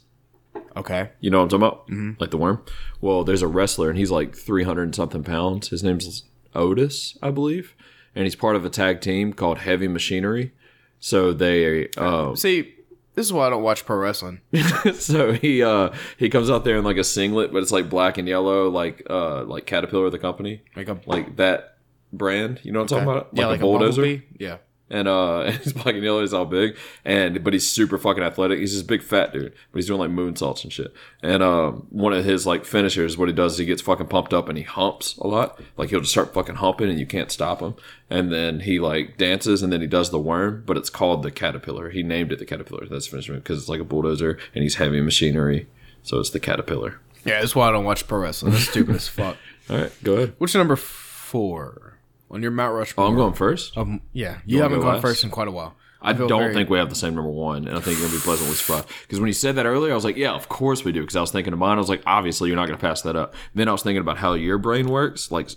S3: Okay.
S2: You know what I'm talking about? Mm-hmm. Like the worm. Well, there's a wrestler, and he's like 300 and something pounds. His name's Otis, I believe, and he's part of a tag team called Heavy Machinery. So they, um,
S3: See, this is why I don't watch pro wrestling.
S2: so he uh he comes out there in like a singlet, but it's like black and yellow, like uh like Caterpillar the company,
S3: Like a
S2: like that brand. You know what I'm talking about?
S3: yeah, like, a bulldozer. yeah.
S2: and uh and he's black and yellow he's all big and but he's super fucking athletic he's this big fat dude but he's doing like moonsaults and shit and um one of his like finishers what he does is he gets fucking pumped up and he humps a lot like he'll just start fucking humping and you can't stop him and then he like dances and then he does the worm but it's called the caterpillar he named it the caterpillar that's the finisher because it's like a bulldozer and he's heavy machinery so it's the caterpillar
S3: Yeah, that's why I don't watch pro wrestling. That's stupid as fuck.
S2: all right go ahead
S3: What's your number four on your Mount Rushmore?
S2: oh i'm going first
S3: Um, yeah, you,
S2: wanna
S3: haven't
S2: go
S3: gone
S2: last?
S3: first in quite a while.
S2: I
S3: feel
S2: don't
S3: very-
S2: think we have the same number one, and I think you're gonna be pleasantly surprised. Because when you said that earlier, I was like, "Yeah, of course we do." Because I was thinking of mine, I was like, "Obviously, you're not gonna pass that up." Then I was thinking about how your brain works. Like,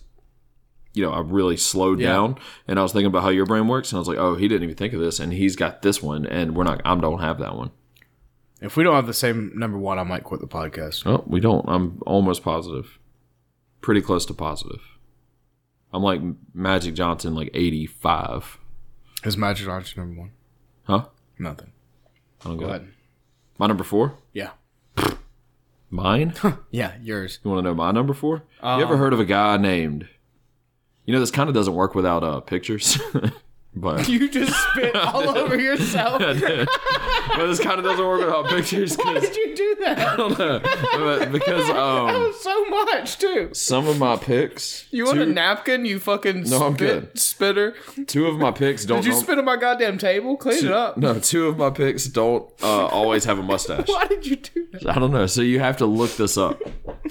S2: you know, I really slowed
S3: Yeah.
S2: down, and I was thinking about how your brain works, and I was like, "Oh, he didn't even think of this, and he's got this one, and we're not. I don't have that one.
S3: if we don't have the same number one, I might quit the podcast.
S2: Oh, we don't. I'm almost positive, pretty close to positive. I'm like Magic Johnson, like 85.
S3: Is Magic Johnson number one?
S2: Huh?
S3: Nothing.
S2: I don't
S3: Go
S2: get it.
S3: ahead.
S2: My number four.
S3: Yeah,
S2: Mine.
S3: yeah, yours.
S2: You want to know my number four? you
S3: Uh-huh.
S2: ever heard of a guy named? You know, this kind of doesn't work without uh, pictures, but,
S3: You just spit all over yourself.
S2: but this kind of doesn't work without pictures 'cause-
S3: you do that?
S2: but because um,
S3: So much too.
S2: some of my picks,
S3: You want
S2: two,
S3: a napkin? You fucking
S2: No, I'm
S3: spit,
S2: good.
S3: spitter.
S2: two of my picks don't.
S3: Did you
S2: don't-
S3: spit on my goddamn table? Clean it up.
S2: No, two of my picks don't uh, always have a mustache.
S3: Why did you do that?
S2: I don't know. So you have to look this up.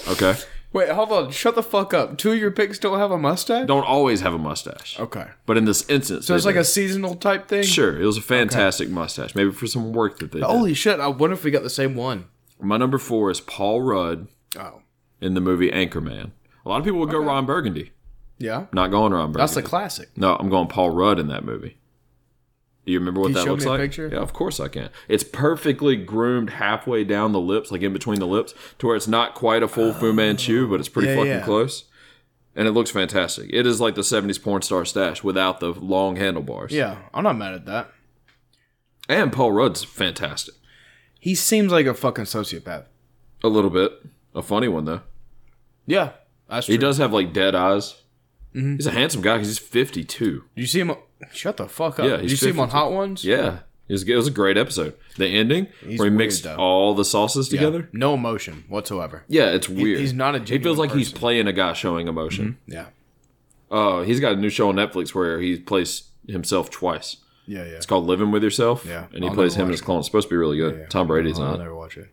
S2: Okay,
S3: Wait, hold on. Shut the fuck up. Two of your picks don't have a mustache.
S2: don't always have a mustache.
S3: Okay.
S2: But in this instance,
S3: So it's
S2: they
S3: like a
S2: do.
S3: seasonal type thing.
S2: sure. It was a fantastic mustache, maybe for some work that they. did.
S3: Holy shit! I wonder if we got the same one.
S2: My number four is Paul Rudd.
S3: Oh,
S2: in the movie Anchorman. A lot of people would go Ron Burgundy.
S3: yeah.
S2: Not going Ron Burgundy.
S3: That's the classic.
S2: no, I'm going Paul Rudd in that movie. Do you remember what
S3: you
S2: that
S3: show
S2: looks
S3: me a
S2: like?
S3: picture?
S2: Yeah, of course I can. It's perfectly groomed halfway down the lips, like in between the lips, to where it's not quite a full Fu Manchu, but it's pretty
S3: Yeah,
S2: fucking
S3: yeah.
S2: close. And it looks fantastic. It is like the '70s porn star stash without the long handlebars.
S3: Yeah, I'm not mad at that.
S2: and Paul Rudd's fantastic.
S3: He seems like a fucking sociopath.
S2: A little bit, a funny one though.
S3: Yeah, that's true. Mm-hmm.
S2: He does have like dead eyes. He's a handsome guy. 'cause He's 52.
S3: You see him? Shut the fuck up.
S2: Yeah,
S3: you
S2: he's
S3: see him on
S2: 52.
S3: Hot Ones?
S2: Yeah. It was, it was a great episode. The ending where he
S3: weird,
S2: mixed
S3: though.
S2: all the sauces
S3: Yeah.
S2: together.
S3: No emotion whatsoever.
S2: Yeah, it's weird.
S3: he's not a
S2: He feels
S3: genuine
S2: like he's
S3: person. Mm-hmm.
S2: playing a guy showing emotion.
S3: Yeah,
S2: Oh, he's got a new show on Netflix where he plays himself twice.
S3: yeah, yeah.
S2: It's called Living with Yourself.
S3: Yeah.
S2: And he
S3: I'll
S2: plays him
S3: never
S2: and
S3: watch
S2: his clone. It's supposed to be really good.
S3: Yeah.
S2: Tom Brady's
S3: I'll
S2: on it.
S3: never watch it.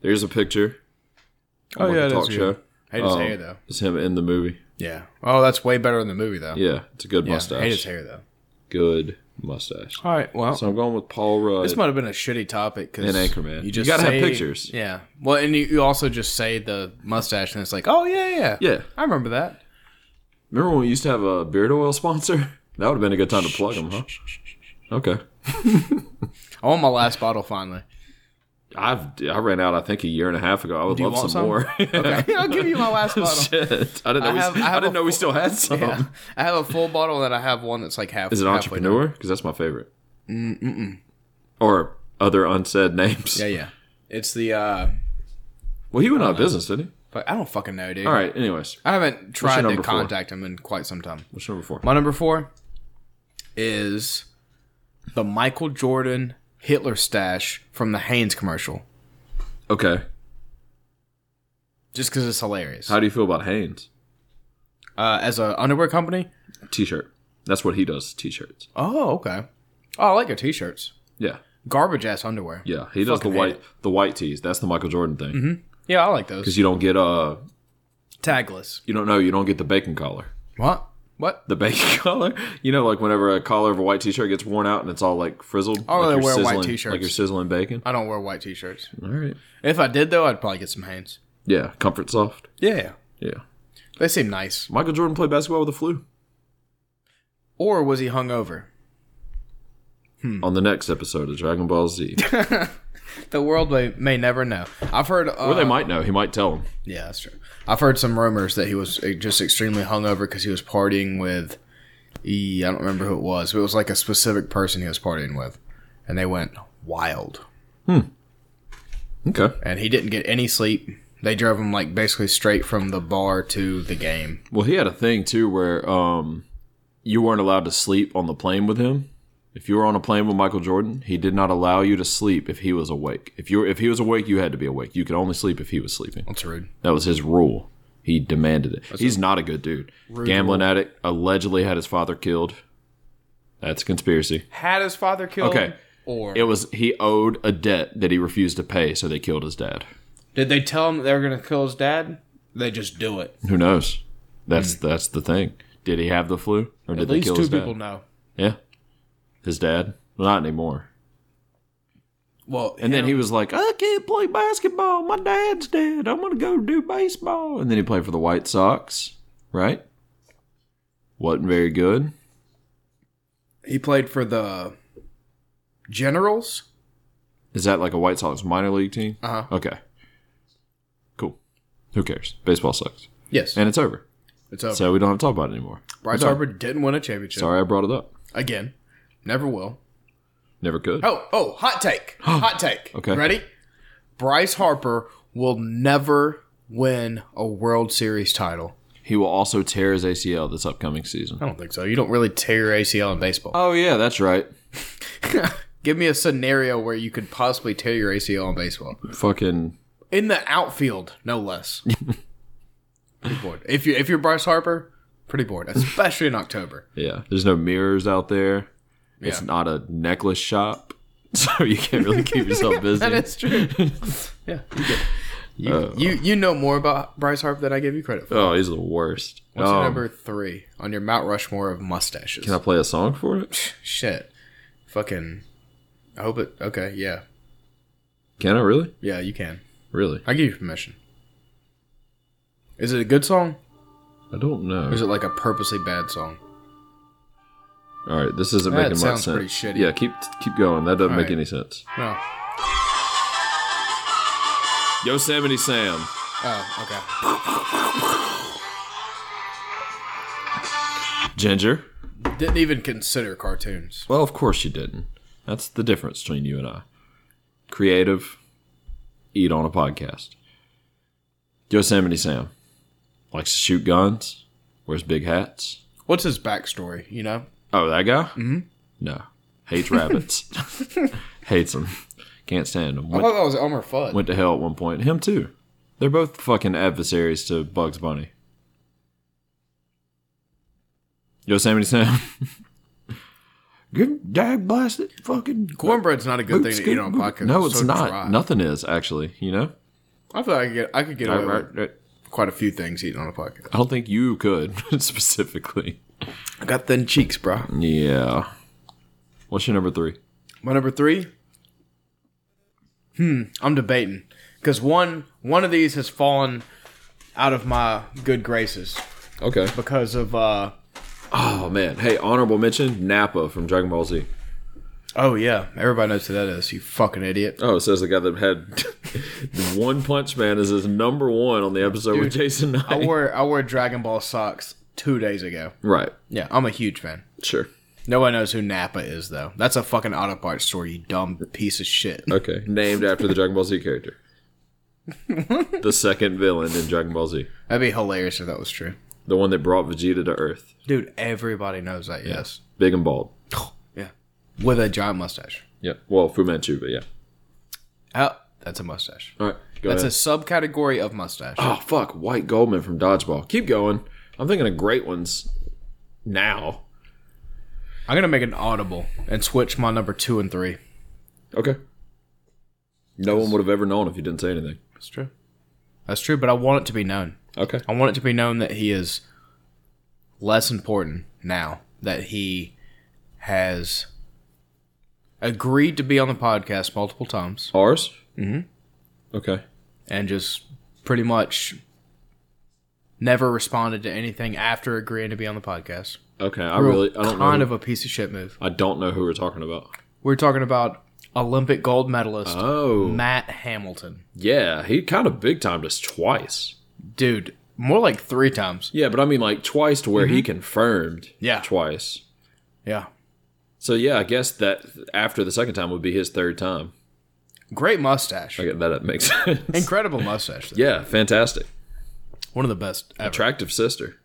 S2: There's a picture.
S3: Oh,
S2: Like
S3: yeah,
S2: a
S3: that's
S2: talk show.
S3: good. Hate his
S2: Um,
S3: hair though.
S2: It's him in the movie.
S3: Yeah. Oh, that's way better in the movie though.
S2: Yeah, it's a good
S3: yeah.
S2: mustache.
S3: Hate his hair though.
S2: Good mustache.
S3: All right. Well,
S2: So I'm going with Paul Rudd.
S3: This might have been a shitty topic because
S2: And Anchorman.
S3: You
S2: You
S3: just
S2: gotta have
S3: say-
S2: pictures.
S3: Yeah. Well, and you, you also just say the mustache, and it's like, oh yeah, yeah,
S2: Yeah.
S3: I remember that.
S2: Remember when we used to have a beard oil sponsor? That would have been a good time to plug him, huh? Okay.
S3: I want my last bottle finally.
S2: I've I ran out. I think a year and a half ago. I would
S3: you
S2: love some,
S3: want some?
S2: more.
S3: Okay, I'll give you my last bottle.
S2: Shit, I didn't know.
S3: I
S2: we,
S3: have- I
S2: I
S3: have
S2: didn't
S3: a
S2: know we
S3: full-
S2: still had some.
S3: Yeah. I have a full bottle, and I have one that's like half.
S2: Is it
S3: halfway done.
S2: entrepreneur? Because that's my favorite. Mm-mm. Or other unsaid names.
S3: Yeah, Uh, yeah. It's the. uh
S2: Well, he went out of business, didn't
S3: fuck, I don't fucking know, dude.
S2: he? All right. Anyways,
S3: I haven't tried to
S2: number four?
S3: contact him in quite some time.
S2: what's number four?
S3: My number four is the Michael Jordan Hitler stash from the Haynes commercial.
S2: Okay.
S3: Just because it's hilarious.
S2: How do you feel about Hanes
S3: uh, as a underwear company.
S2: T-shirt? That's what he does. T-shirts.
S3: Oh, okay. Oh, I like your t-shirts.
S2: Yeah,
S3: Garbage ass underwear.
S2: yeah. He does
S3: Fucking Mm-hmm.
S2: the
S3: hate
S2: white the white tees. That's the Michael Jordan thing. Because
S3: Yeah, I like those.
S2: you don't get uh
S3: Tagless.
S2: you don't know you don't get the bacon collar.
S3: What? What?
S2: The bacon collar. You know, like whenever a collar of a white T-shirt gets worn out and it's all like frizzled.
S3: I don't
S2: like
S3: really Oh, wear white
S2: sizzling-
S3: t-shirts.
S2: Like you're sizzling bacon.
S3: I don't wear white t-shirts.
S2: All right.
S3: If I did though, I'd probably get some Hanes.
S2: Yeah, comfort soft.
S3: Yeah.
S2: Yeah.
S3: They seem nice.
S2: Michael Jordan played basketball with the flu.
S3: Or was he hungover? Hmm.
S2: On the next episode of Dragon Ball Z,
S3: The world may, may never know. I've heard. Uh,
S2: or they might know. He might tell him.
S3: Yeah, that's true. I've heard some rumors that he was uh, just extremely hungover because he was partying with. E, I don't remember who it was, but it was like a specific person he was partying with, and they went wild.
S2: Okay.
S3: And he didn't get any sleep. They drove him like basically straight from the bar to the game.
S2: Well, he had a thing too where um, you weren't allowed to sleep on the plane with him. If you were on a plane with Michael Jordan, he did not allow you to sleep if he was awake. If you were, if he was awake, you had to be awake. You could only sleep if he was sleeping.
S3: That's rude.
S2: That was his rule. He demanded it. He's not a good dude. Gambling addict. Allegedly had his father killed. That's a conspiracy.
S3: Had his father killed.
S2: Okay.
S3: Or
S2: It was he owed a debt that he refused to pay, so they killed his dad.
S3: did they tell him they were gonna kill his dad? They just do it.
S2: Who knows? That's that's the thing. Did he have the flu, or did
S3: Hmm. At
S2: they
S3: least
S2: kill
S3: two
S2: his dad?
S3: people know.
S2: Yeah. His dad. Well, not anymore.
S3: Well,
S2: And then he was like, I can't play basketball. My dad's dead. I'm going to go do baseball. And then he played for the White Sox, right? Wasn't very good.
S3: he played for the Generals.
S2: Is that like a White Sox minor league team?
S3: Uh-huh.
S2: Okay. Cool. Who cares? Baseball sucks.
S3: Yes,
S2: And it's over.
S3: it's over.
S2: So we don't have to talk about it anymore.
S3: Bryce
S2: It's over.
S3: Harper didn't win a championship
S2: Sorry I brought it up.
S3: again. Never will.
S2: Never could.
S3: Oh, oh, hot take. hot take.
S2: Okay.
S3: Ready? Bryce Harper will never win a World Series title.
S2: He will also tear his ACL this upcoming season.
S3: I don't think so. You don't really tear your ACL in baseball.
S2: Oh, yeah, that's right.
S3: Uh, Give me a scenario where you could possibly tear your ACL in baseball.
S2: Fucking.
S3: In the outfield, no less. pretty bored. If you if you're Bryce Harper, pretty bored, especially in October.
S2: Yeah. There's no mirrors out there. It's
S3: Yeah.
S2: not a necklace shop. So you can't really keep yourself busy.
S3: That is true. Uh, yeah, you get you, you you know more about Bryce Harper than I give you credit for.
S2: oh, he's the worst.
S3: What's
S2: Um,
S3: your number three on your Mount Rushmore of mustaches?
S2: Can I play a song for it?
S3: Shit, fucking. I hope it. Okay, yeah,
S2: Can I really?
S3: yeah, you can.
S2: Really?
S3: I give you permission. Is it a good song?
S2: I don't know.
S3: Or is it like a purposely bad song?
S2: All right, this isn't
S3: That
S2: making much
S3: sounds
S2: sense.
S3: pretty shitty.
S2: Yeah, keep keep going. That doesn't
S3: All
S2: make
S3: right.
S2: any sense.
S3: No.
S2: Yosemite Sam.
S3: Oh,
S2: Ginger.
S3: okay. Didn't even consider cartoons.
S2: Well, of course you didn't. That's the difference between you and I. Creative, eat on a podcast. Yosemite Sam likes to shoot guns, wears big hats.
S3: What's his backstory? You know,
S2: Oh, that guy? Mm-hmm. No. Hates rabbits. Hates them. Can't stand them.
S3: I
S2: Went,
S3: thought that was Elmer Fudd.
S2: went to hell at one point. Him too. They're both fucking adversaries to Bugs Bunny. Yosemite Sam. Good dag blasted fucking
S3: Cornbread's not a good thing
S2: Boots,
S3: to eat on a
S2: scoot,
S3: podcast.
S2: No,
S3: so
S2: it's not.
S3: dry.
S2: Nothing is actually. You know,
S3: I feel like I could get I could get
S2: I,
S3: away
S2: I,
S3: with quite a few things eating on a podcast.
S2: I don't think you could specifically.
S3: I got thin cheeks, bro.
S2: Yeah. What's your number three?
S3: My number three. Hmm, I'm debating because one one of these has fallen out of my good graces
S2: Okay.
S3: because of uh
S2: Oh man. Hey, honorable mention Nappa from Dragon Ball Z.
S3: oh yeah everybody knows who that is you fucking idiot
S2: Oh, it says the guy that had the One Punch Man is his number one on the episode with
S3: Dude,
S2: Jason
S3: I
S2: Knight.
S3: wore I wore Dragon Ball socks two days ago
S2: right.
S3: yeah I'm a huge fan
S2: Sure.
S3: no one knows who Nappa is though that's a fucking auto parts store you dumb piece of shit
S2: Okay. Named after the Dragon Ball Z character. the second villain in Dragon Ball Z.
S3: that'd be hilarious if that was true
S2: The one that brought Vegeta to Earth.
S3: dude everybody knows that yes
S2: Big and bald.
S3: yeah with a giant mustache
S2: Yeah. Well, Fu Manchu, but yeah.
S3: oh that's a mustache
S2: All right. Go
S3: that's a
S2: ahead.
S3: subcategory of mustache
S2: oh, fuck. White Goldman from Dodgeball. Keep going. I'm thinking of great ones now.
S3: I'm gonna make an audible and switch my number two and three.
S2: Okay. No one would have ever known if you didn't say anything.
S3: That's true. That's true, but I want it to be known.
S2: Okay.
S3: I want it to be known that he is less important now that he has agreed to be on the podcast multiple times
S2: Ours? Mm-hmm. Okay.
S3: and just pretty much never responded to anything after agreeing to be on the podcast.
S2: Okay. I really I don't
S3: kind
S2: know.
S3: of a piece of shit move.
S2: I don't know who we're talking about.
S3: We're talking about Olympic gold medalist
S2: Oh.
S3: Matt Hamilton.
S2: Yeah, he kind of big timed us twice.
S3: Dude, more like three times.
S2: Yeah, but I mean like twice to where he confirmed.
S3: Mm-hmm. Yeah.
S2: Twice.
S3: Yeah.
S2: So yeah, I guess that after the second time would be his third time.
S3: Great mustache.
S2: I get that. That makes sense.
S3: Incredible mustache. though.
S2: yeah, fantastic.
S3: One of the best ever.
S2: Attractive sister.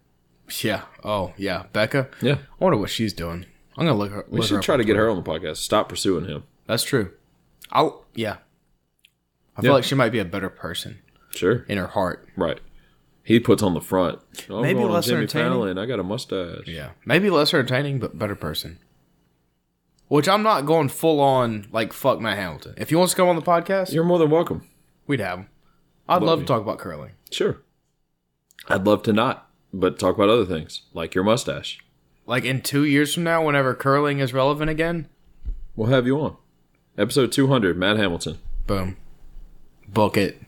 S3: yeah. Oh, yeah. Becca.
S2: Yeah.
S3: I wonder what she's doing. I'm gonna look her.
S2: We
S3: look her
S2: should
S3: up
S2: try
S3: on
S2: to get
S3: Twitter.
S2: her on the podcast. Stop pursuing him.
S3: That's true. I'll. Yeah. I feel
S2: Yeah.
S3: like she might be a better person
S2: Sure.
S3: in her heart.
S2: Right. He puts on the front. Oh, I'm
S3: Maybe
S2: going on
S3: less
S2: Jimmy
S3: entertaining.
S2: Fallon. I got a mustache.
S3: Yeah. Maybe less entertaining, but better person. Which I'm not going full on like fuck Matt Hamilton. If he wants to come on the podcast,
S2: You're more than welcome.
S3: we'd have him. I'd
S2: Love
S3: love
S2: you.
S3: to talk about curling.
S2: Sure. I'd love to not, but talk about other things like your mustache.
S3: Like in two years from now, whenever curling is relevant again,
S2: We'll have you on. Episode 200, Matt Hamilton.
S3: boom, book it.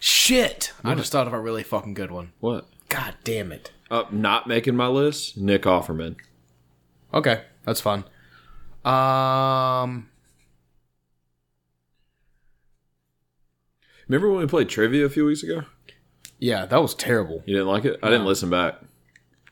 S3: Shit! I just thought of a really fucking good one.
S2: What?
S3: God damn it.
S2: Up not making my list, Nick Offerman.
S3: Okay, that's fun. Um,
S2: Remember when we played trivia a few weeks ago?
S3: yeah, that was terrible.
S2: You didn't like it? I didn't listen back.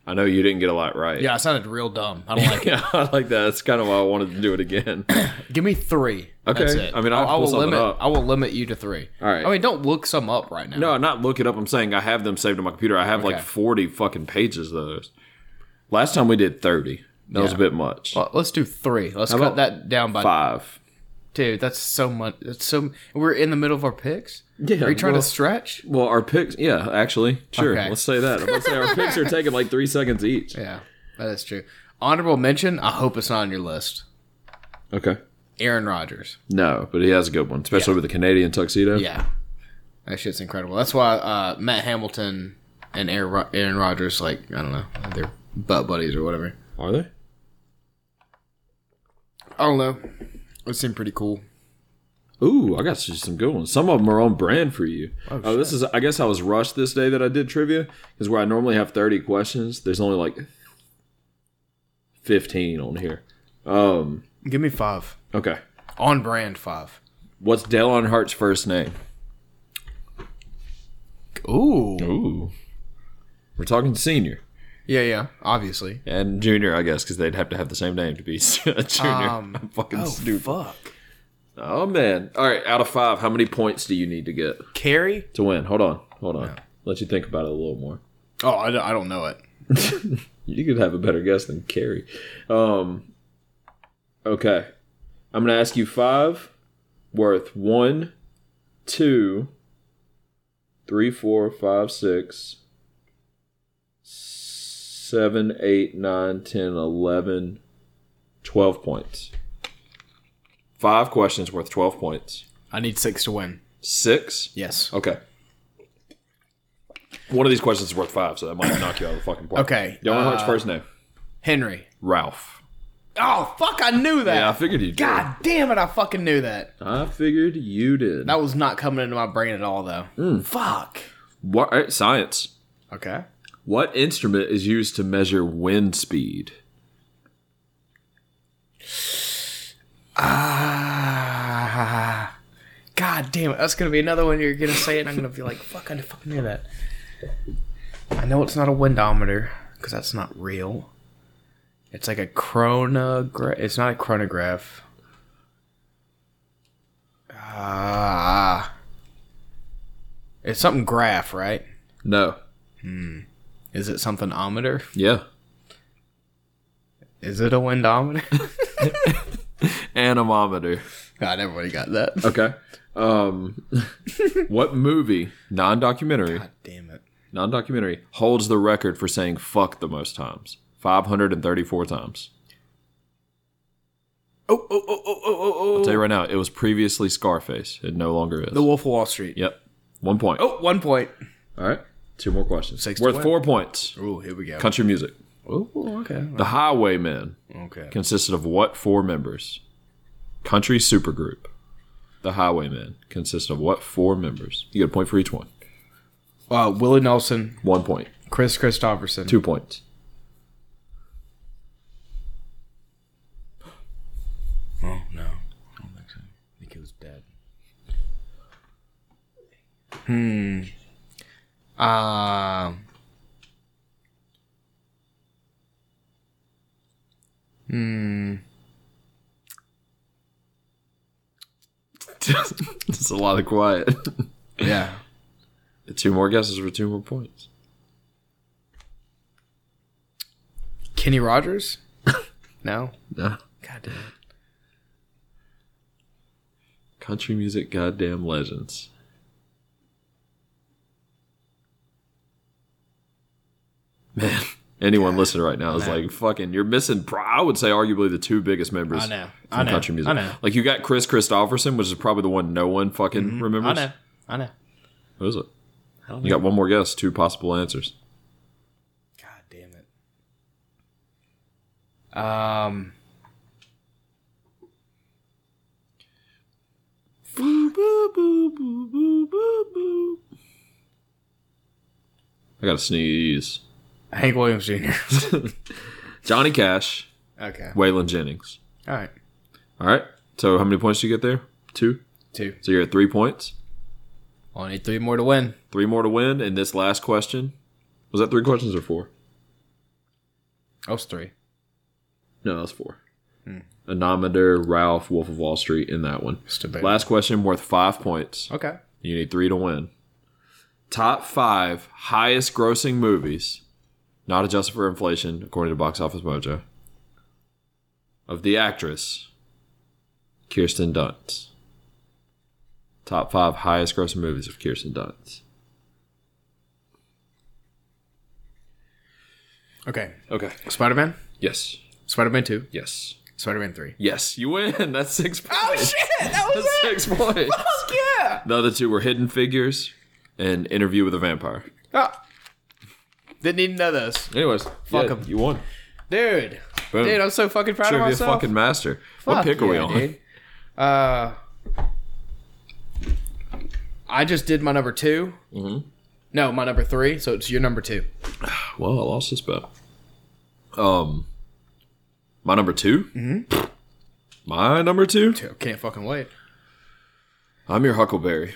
S2: I know you didn't get a lot right.
S3: Yeah, I sounded real dumb. I don't like it.
S2: Yeah, I like that. That's kind of why I wanted to do it again.
S3: Give me three.
S2: Okay,
S3: That's it.
S2: I mean, I'll
S3: I
S2: pull
S3: will
S2: something
S3: limit.
S2: up.
S3: I will limit you to three.
S2: All right.
S3: I mean, don't look some up right now.
S2: No, not look it up. I'm saying I have them saved on my computer. I have like
S3: Okay.
S2: 40 fucking pages of those. Last time we did 30. That was a
S3: Yeah.
S2: bit much.
S3: Well, let's do three. Let's
S2: about
S3: cut that down by
S2: Five.
S3: two. That's so much. That's so. We're in the middle of our picks.
S2: Yeah,
S3: Are you trying
S2: well-
S3: to stretch?
S2: Well, our picks, yeah, actually, sure.
S3: Okay.
S2: Let's say that. I'm gonna say our picks are taking like three seconds each.
S3: Yeah, that is true. Honorable mention. I hope it's not on your list.
S2: Okay.
S3: Aaron Rodgers.
S2: No, but he has a good one, especially with the Canadian tuxedo.
S3: Yeah, that shit's incredible. That's why uh, Matt Hamilton and Aaron, Ro- Aaron Rodgers, like I don't know, they're butt buddies or whatever.
S2: Are they?
S3: I don't know. It seemed pretty cool.
S2: Ooh, I got you some good ones. Some of them are on brand for you. Oh, this is. I guess I was rushed this day that I did trivia because where I normally have thirty questions, there's only like fifteen on here. Um.
S3: Give me five
S2: Okay.
S3: on brand five.
S2: What's Dale Earnhardt's first name?
S3: Ooh.
S2: Ooh. We're talking senior
S3: Yeah, yeah. Obviously.
S2: and junior, I guess, because they'd have to have the same name to be a junior.
S3: Um,
S2: I'm fucking stupid.
S3: fuck.
S2: Oh man. All right. Out of five, how many points do you need to get
S3: Carrie?
S2: to win? Hold on. Hold on. Let you think about it a little more.
S3: Oh, I don't, I don't know it.
S2: You could have a better guess than Carrie. Um, okay. I'm going to ask you five worth one, two, three, four, five, six, seven, eight, nine, ten, eleven, twelve points. Five questions worth 12 points.
S3: I need six to win.
S2: Six?
S3: Yes.
S2: Okay. One of these questions is worth five, so that might knock you out of the fucking park.
S3: Okay,
S2: Dylan Hart's first name.
S3: Henry.
S2: Ralph.
S3: Oh, fuck, I knew that.
S2: Yeah, I figured you did.
S3: God damn it, I fucking knew that.
S2: I figured you did.
S3: That was not coming into my brain at all, though. Fuck.
S2: What, all right, science.
S3: Mm. Okay.
S2: What instrument is used to measure wind speed?
S3: Ah. God damn it. That's going to be another one you're going to say, and I'm going to be like, fuck, I fucking knew that. I know it's not a windometer, because that's not real. It's like a chronograph. It's not a chronograph. Ah. it's something graph, right?
S2: No.
S3: Is it something ometer?
S2: Yeah.
S3: Is it a windometer?
S2: Anemometer.
S3: God, everybody got that.
S2: Okay. Um, what movie, non-documentary,
S3: God damn it.
S2: non-documentary, holds the record for saying "fuck" the most times? Five hundred and thirty-four times.
S3: Oh, oh, oh, oh, oh, oh, oh.
S2: I'll tell you right now, it was previously Scarface. It no longer is.
S3: The Wolf of Wall Street.
S2: Yep. One point.
S3: Oh, one point.
S2: All right. Two more questions.
S3: Six to Oh,
S2: Worth
S3: win.
S2: four points.
S3: Ooh, here we go.
S2: Country music.
S3: Ooh, okay.
S2: The Highwaymen
S3: Okay.
S2: consisted of what four members? Country supergroup. The Highwaymen consisted of what four members? You get a point for each one.
S3: Uh, Willie Nelson,
S2: One point.
S3: Chris Christopherson.
S2: Two points.
S3: Oh no, I don't think so. I think he was dead. Hmm. Um.
S2: It's a lot of quiet.
S3: Yeah.
S2: two more guesses for two more points.
S3: Kenny Rogers. no.
S2: Nah.
S3: God damn. it.
S2: Country music goddamn legends. Man, anyone listening right now is like, fucking, you're missing, pro- I would say, arguably the two biggest members
S3: I know.
S2: from
S3: I know.
S2: country music.
S3: I know.
S2: Like, you got Chris Christopherson, which is probably the one no one fucking
S3: Mm-hmm. I
S2: remembers.
S3: know. I know.
S2: Who is it?
S3: I don't
S2: You got one more guess, two possible answers.
S3: God damn it. Um.
S2: I gotta sneeze.
S3: Hank Williams Jr.
S2: Johnny Cash,
S3: okay.
S2: Waylon Jennings.
S3: All right.
S2: All right. So how many points do you get there? Two.
S3: Two.
S2: So you're at three points.
S3: Only three more to win.
S2: Three more to win. And this last question was that three questions or four?
S3: Oh, it's three.
S2: No, that's four. Anometer, Ralph, Wolf of Wall Street in that one.
S3: It's debatable.
S2: Last question worth five points.
S3: Okay.
S2: You need three to win. Top five highest grossing movies, not adjusted for inflation, according to Box Office Mojo, of the actress Kirsten Dunst. Top five highest grossing movies of Kirsten Dunst.
S3: Okay.
S2: Okay.
S3: Spider Man.
S2: Yes.
S3: Spider Man Two.
S2: Yes.
S3: Spider Man Three.
S2: Yes. You win. That's six points.
S3: Oh, That
S2: That's six points.
S3: Fuck yeah!
S2: The other two were Hidden Figures and Interview with a Vampire.
S3: Ah. Didn't even know those.
S2: Anyways,
S3: Fuck
S2: yeah,
S3: 'em.
S2: You won.
S3: Dude.
S2: Boom.
S3: Dude, I'm so fucking proud of
S2: Trivia
S3: myself.
S2: fucking master.
S3: Fuck
S2: what pick are we
S3: yeah,
S2: on?
S3: dude. Uh, I just did my number 2 Mm-hmm. No, my number three. So it's your number two.
S2: Well, I lost this bet. Um, my number 2 Mm-hmm. My number two.
S3: Two. Can't fucking wait.
S2: I'm your Huckleberry.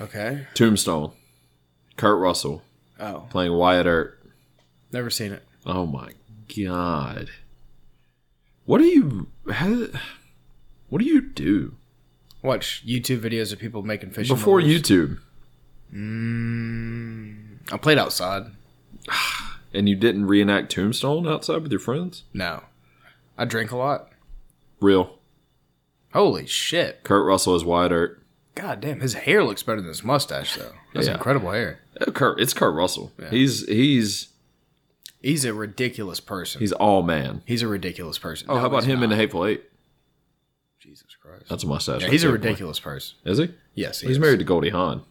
S3: Okay.
S2: Tombstone. Kurt Russell
S3: Oh,
S2: playing Wyatt Earp.
S3: never seen it.
S2: Oh my god. What do you? How, what do you do
S3: Watch YouTube videos of people making fish.
S2: before
S3: you,
S2: YouTube?
S3: I played outside.
S2: And you didn't reenact Tombstone outside with your friends?
S3: No, I drink a lot.
S2: Real.
S3: Holy shit!
S2: Kurt Russell is Wyatt Earp.
S3: God damn, his hair looks better than his mustache though. That's
S2: Yeah.
S3: incredible hair.
S2: Uh, Kurt, it's Kurt Russell. He's he's
S3: He's a ridiculous person. He's,
S2: he's all man.
S3: a ridiculous person.
S2: Oh,
S3: No,
S2: how about
S3: he's
S2: him
S3: not.
S2: in the Hateful Eight?
S3: Jesus Christ?
S2: That's a mustache.
S3: Yeah,
S2: right
S3: he's a
S2: there, boy.
S3: ridiculous person.
S2: Is he?
S3: Yes, he
S2: he's
S3: is.
S2: married to Goldie Hawn.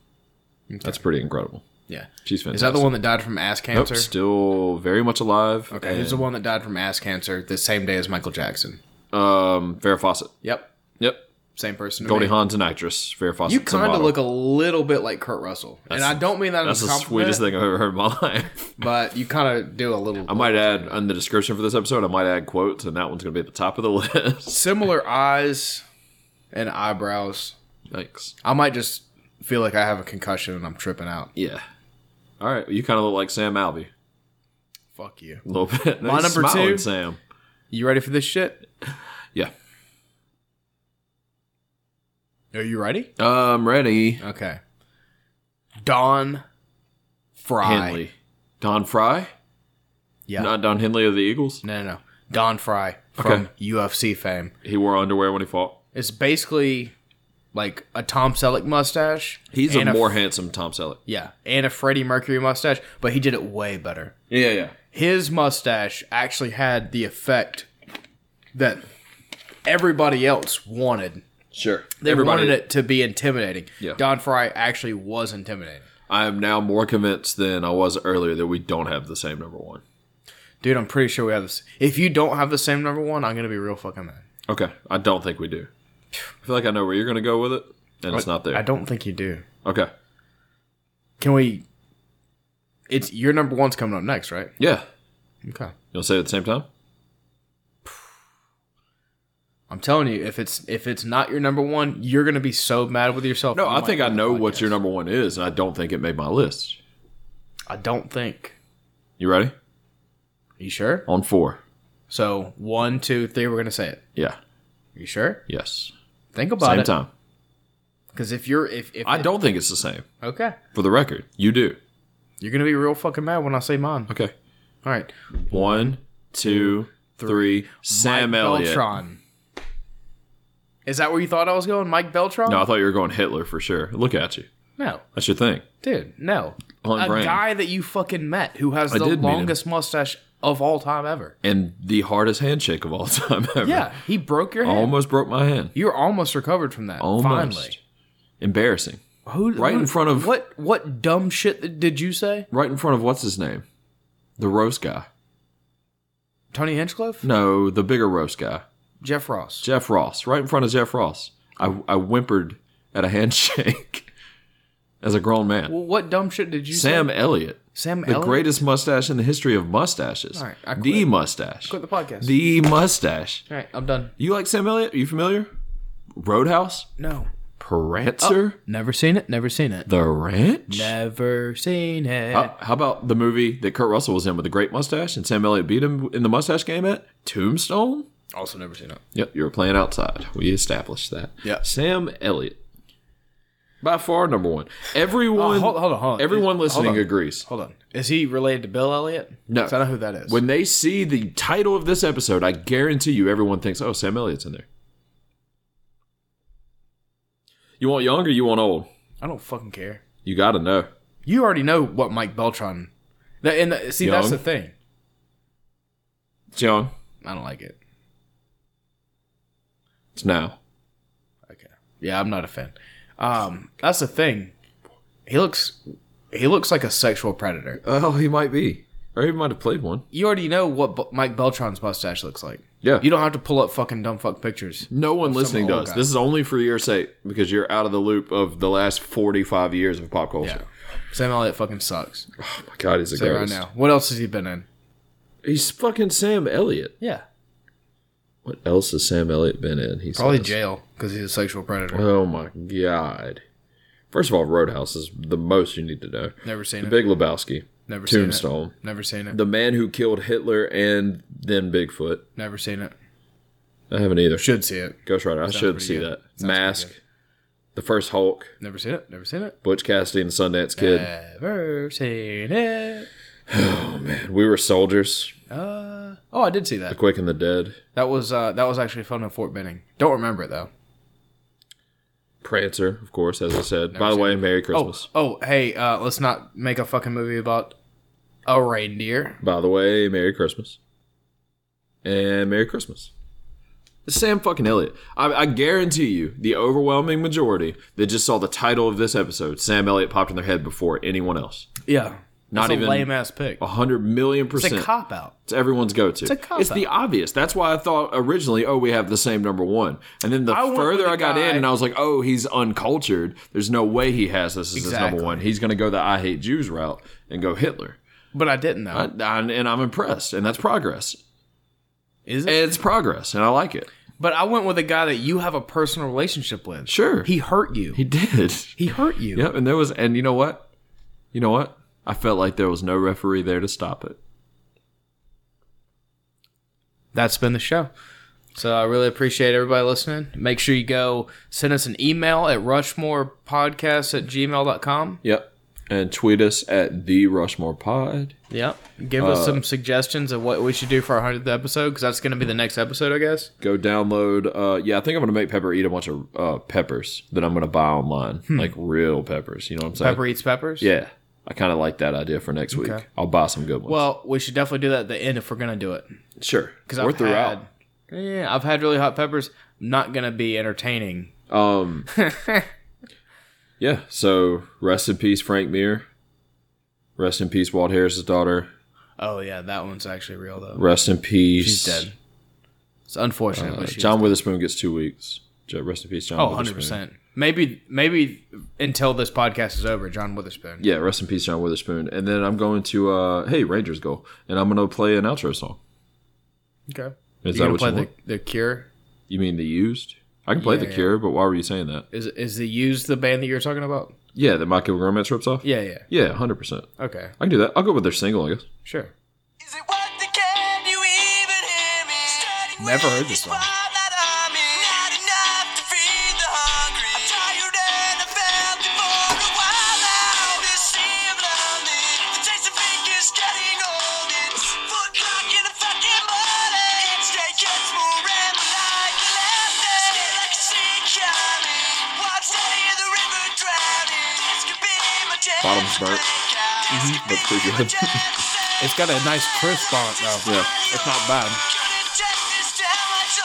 S2: That's pretty incredible.
S3: Yeah,
S2: She's fantastic.
S3: Is that the one that died from ass
S2: Nope,
S3: cancer?
S2: still very much alive.
S3: Okay, who's the one that died from ass cancer the same day as Michael Jackson?
S2: Um, Farrah Fawcett.
S3: Yep,
S2: Yep.
S3: same person. to
S2: Goldie
S3: me.
S2: Hawn's an actress. Farrah Fawcett.
S3: You kind of look a little bit like Kurt Russell, and I don't mean that
S2: That's
S3: as a
S2: the
S3: compliment,
S2: sweetest thing I've ever heard in my life.
S3: but you kind of do a little
S2: I might add in the description for this episode. I might add quotes, and that one's going to be at the top of the list.
S3: similar eyes and eyebrows.
S2: Thanks.
S3: I might just feel like I have a concussion and I'm tripping out.
S2: Yeah. All right. You kind of look like Sam Alvey
S3: Fuck you.
S2: a little bit.
S3: My
S2: He's
S3: number
S2: smiling,
S3: two?
S2: Sam.
S3: You ready for this shit?
S2: Yeah.
S3: Are you ready?
S2: Um, ready.
S3: Okay. Don Fry.
S2: Henley. Don Fry?
S3: Yeah.
S2: Not Don Henley of the Eagles?
S3: No, no, no. Don Fry from
S2: Okay.
S3: UFC fame.
S2: He wore underwear when he fought.
S3: It's basically like a Tom Selleck mustache.
S2: He's
S3: and
S2: a more handsome Tom Selleck.
S3: yeah, and a Freddie Mercury mustache, but he did it way better.
S2: Yeah, yeah.
S3: His mustache actually had the effect that everybody else wanted.
S2: Sure.
S3: They
S2: Everybody,
S3: wanted it to be intimidating.
S2: Yeah.
S3: Don Fry actually was intimidating.
S2: I am now more convinced than I was earlier that we don't have the same number one.
S3: Dude, I'm pretty sure we have this. If you don't have the same number one, I'm gonna be real fucking mad.
S2: Okay. I don't think we do. I feel like I know where you're going to go with it, and it's not there.
S3: I don't think you do.
S2: Okay.
S3: Can we? It's your number one's coming up next, right?
S2: Yeah.
S3: Okay.
S2: You'll say it at the same time?
S3: I'm telling you, if it's if it's not your number one, you're gonna be so mad with yourself.
S2: No,
S3: You
S2: I
S3: might
S2: think I
S3: end the
S2: know what
S3: podcast.
S2: your number one is, and I don't think it made my list.
S3: I don't think.
S2: You ready?
S3: You sure?
S2: On four.
S3: So one, two, three. We're gonna say it.
S2: Yeah.
S3: You sure?
S2: Yes.
S3: Think about
S2: same
S3: it.
S2: time.
S3: Because if you're if if
S2: I don't think it's the same.
S3: okay,
S2: For the record, you do.
S3: you're gonna be real fucking mad when I say mine.
S2: Okay.
S3: All right,
S2: One, two, three. Sam
S3: Mike
S2: Elliott.
S3: Beltran. Is that where you thought I was going, Mike Beltran?
S2: No, I thought you were going Hitler for sure. Look at you.
S3: no,
S2: That's your thing.
S3: dude, no.
S2: On
S3: a
S2: brand.
S3: guy that you fucking met who has
S2: I
S3: the
S2: did meet him.
S3: longest mustache of all time ever.
S2: And the hardest handshake of all time ever.
S3: Yeah, he broke your hand.
S2: Almost broke my hand.
S3: You're almost recovered from that.
S2: Almost.
S3: Finally.
S2: Embarrassing.
S3: Who,
S2: Right in front of-
S3: what? What dumb shit did you say,
S2: Right in front of what's his name? The roast guy.
S3: Tony Hinchcliffe?
S2: No, the bigger roast guy.
S3: Jeff Ross.
S2: Jeff Ross, right in front of Jeff Ross. I, I whimpered at a handshake as a grown man.
S3: well, what dumb shit did you
S2: Sam
S3: say?
S2: Elliott,
S3: Sam
S2: the
S3: Elliott?
S2: greatest mustache in the history of mustaches.
S3: All right, I
S2: the
S3: quit.
S2: mustache.
S3: Quit the podcast.
S2: The mustache.
S3: All right, I'm done.
S2: You like Sam Elliott? Are you familiar? Roadhouse?
S3: No.
S2: Prancer?
S3: Never seen it. Never seen it.
S2: The Ranch?
S3: Never seen it.
S2: Uh, how about the movie that Kurt Russell was in with the great mustache and Sam Elliott beat him in the mustache game at? Tombstone?
S3: Also never seen it.
S2: Yep, you were playing outside. We established that.
S3: Yeah.
S2: Sam Elliott. By far number one. Everyone
S3: Oh, hold- hold on, hold on.
S2: Everyone
S3: Hold
S2: listening
S3: on.
S2: agrees.
S3: Hold on. Is he related to Bill Elliott?
S2: No.
S3: 'Cause I know who that is.
S2: When they see the title of this episode, I guarantee you everyone thinks, oh, Sam Elliott's in there. You want young or you want old?
S3: I don't fucking care.
S2: You gotta know.
S3: You already know what Mike Beltran. That, and the, see, that's
S2: Young.
S3: the thing.
S2: It's young.
S3: I don't like it.
S2: It's now.
S3: Okay. Yeah, I'm not a fan. Um, that's the thing. He looks, he looks like a sexual predator.
S2: Oh, he might be. Or he might have played one.
S3: You already know what B- Mike Beltran's mustache looks like.
S2: Yeah.
S3: You don't have to pull up fucking dumb fuck pictures.
S2: No one listening
S3: old
S2: does.
S3: guy.
S2: This is only for your sake because you're out of the loop of the last 45 years of pop culture.
S3: Sam Elliott fucking sucks.
S2: Oh my god, he's a
S3: Say it right
S2: greatest.
S3: now. What else has he been in?
S2: He's fucking Sam Elliott.
S3: Yeah.
S2: What else has Sam Elliott been in? He's
S3: Probably jail because he's a sexual predator.
S2: Oh my god. First of all, Roadhouse is the most you need to know.
S3: Never seen
S2: The
S3: it.
S2: Big Lebowski,
S3: Never seen it.
S2: Tombstone,
S3: Never seen it.
S2: The Man Who Killed Hitler, and then Bigfoot.
S3: Never seen it.
S2: I haven't either.
S3: Should see it.
S2: Ghost Rider. I should
S3: pretty
S2: see
S3: good.
S2: that.
S3: Sounds
S2: Mask,
S3: pretty
S2: the first Hulk,
S3: Never seen it. Never seen it.
S2: Butch Cassidy and the Sundance Kid.
S3: Never seen it.
S2: We were soldiers.
S3: Uh, oh, I did see
S2: The
S3: that.
S2: Quick and the Dead.
S3: That was uh, that was actually filmed in Fort Benning. Don't remember it though.
S2: Prancer, of course, as I said. By the
S3: seen
S2: way, Merry
S3: Oh,
S2: Christmas.
S3: oh, hey, uh, let's not make a fucking movie about a reindeer.
S2: By the way, Merry Christmas. And Merry Christmas. Sam fucking Elliott. I, I guarantee you, the overwhelming majority that just saw the title of this episode, Sam Elliott popped in their head before anyone else.
S3: Yeah,
S2: Not
S3: That's
S2: even-
S3: a lame ass pick.
S2: A hundred million
S3: It's a
S2: percent.
S3: cop out.
S2: It's everyone's go to. It's
S3: a cop
S2: the obvious. That's why I thought originally, oh, we have the same number one. And then the
S3: I went with
S2: further
S3: the
S2: I got
S3: guy-
S2: in, and I was like, oh, he's uncultured. There's no way he has this as his
S3: Exactly.
S2: number one. He's going to go the I hate Jews route and go Hitler.
S3: But I didn't though.
S2: I, I- and I'm impressed. And that's progress.
S3: Is it?
S2: And it's progress. And I like it.
S3: but I went with a guy that you have a personal relationship with.
S2: Sure.
S3: He hurt you.
S2: He
S3: He,
S2: did.
S3: hurt you.
S2: Yep. And there was, and you know what? You know what? I felt like there was no referee there to stop it.
S3: that's been the show. So I really appreciate everybody listening. Make sure you go send us an email at rushmorepodcast at gmail.com.
S2: Yep. And tweet us at the Rushmore Pod.
S3: Yep. Give
S2: Uh,
S3: us some suggestions of what we should do for our 100th episode because that's going to be the next episode, I guess.
S2: Go download. Uh, yeah, I think I'm gonna make Pepper eat a bunch of uh, peppers that I'm gonna buy online, like real Hmm. peppers. You know what I'm saying?
S3: Pepper Eats Peppers.
S2: Yeah, I kind of like that idea for next week. I'll buy some good ones.
S3: Well, we should definitely do that at the end if we're going to do it.
S2: sure.
S3: Because
S2: Or
S3: I've
S2: throughout.
S3: had Yeah, I've had really hot peppers. Not gonna be entertaining.
S2: Um, yeah. So rest in peace, Frank Muir. Rest in peace, Walt Harris's daughter.
S3: Oh yeah, that one's actually real though.
S2: Rest in peace.
S3: She's dead. It's unfortunate,
S2: Uh,
S3: but she's
S2: John Witherspoon gets two weeks. J- Rest in peace, John.
S3: Oh,
S2: Witherspoon.
S3: 100 percent. Maybe maybe until this podcast is over, John Witherspoon.
S2: Yeah, rest in peace, John Witherspoon. And then I'm going to uh, hey Rangers goal, and I'm gonna play an outro song.
S3: Okay.
S2: Is that
S3: you gonna
S2: what
S3: play
S2: you want?
S3: the, the Cure?
S2: You mean the used? I can play
S3: Yeah,
S2: the
S3: yeah.
S2: Cure, but why were you saying that?
S3: Is is the Used the band that you're talking about?
S2: Yeah, the My Chemical Romance rips off.
S3: Yeah, yeah.
S2: yeah, hundred percent.
S3: Okay,
S2: I can do that. I'll go with their single, I guess.
S3: sure.
S4: Is it what the can you even hear me? Starting
S3: Never
S4: with
S3: heard this
S4: this
S3: song.
S4: one that I'm in. Not enough to feed the hungry. I'm tired and I felt it for a while now. This sea of lonely. The taste of ink is getting old. It's foot clock in the fucking morning. Each day gets more rambling. Still I can see it coming. Watch steady in the river drowning. This could be my chance
S2: Bottom's
S4: to
S2: burnt. Mm-hmm.
S4: break out. This could
S2: That's pretty
S4: be my
S2: good.
S4: chance to
S3: It's got a nice crisp on it though.
S2: Yeah.
S3: It's not bad.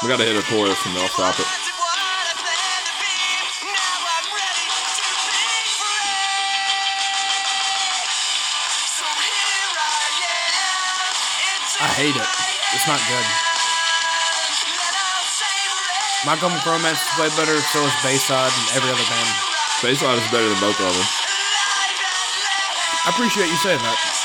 S2: We gotta hit a chorus and they'll stop it.
S3: I hate it. It's not good. My Chemical Romance is way better. So is Bayside and every other band.
S2: Baseline is better than both of them.
S3: I appreciate you saying that.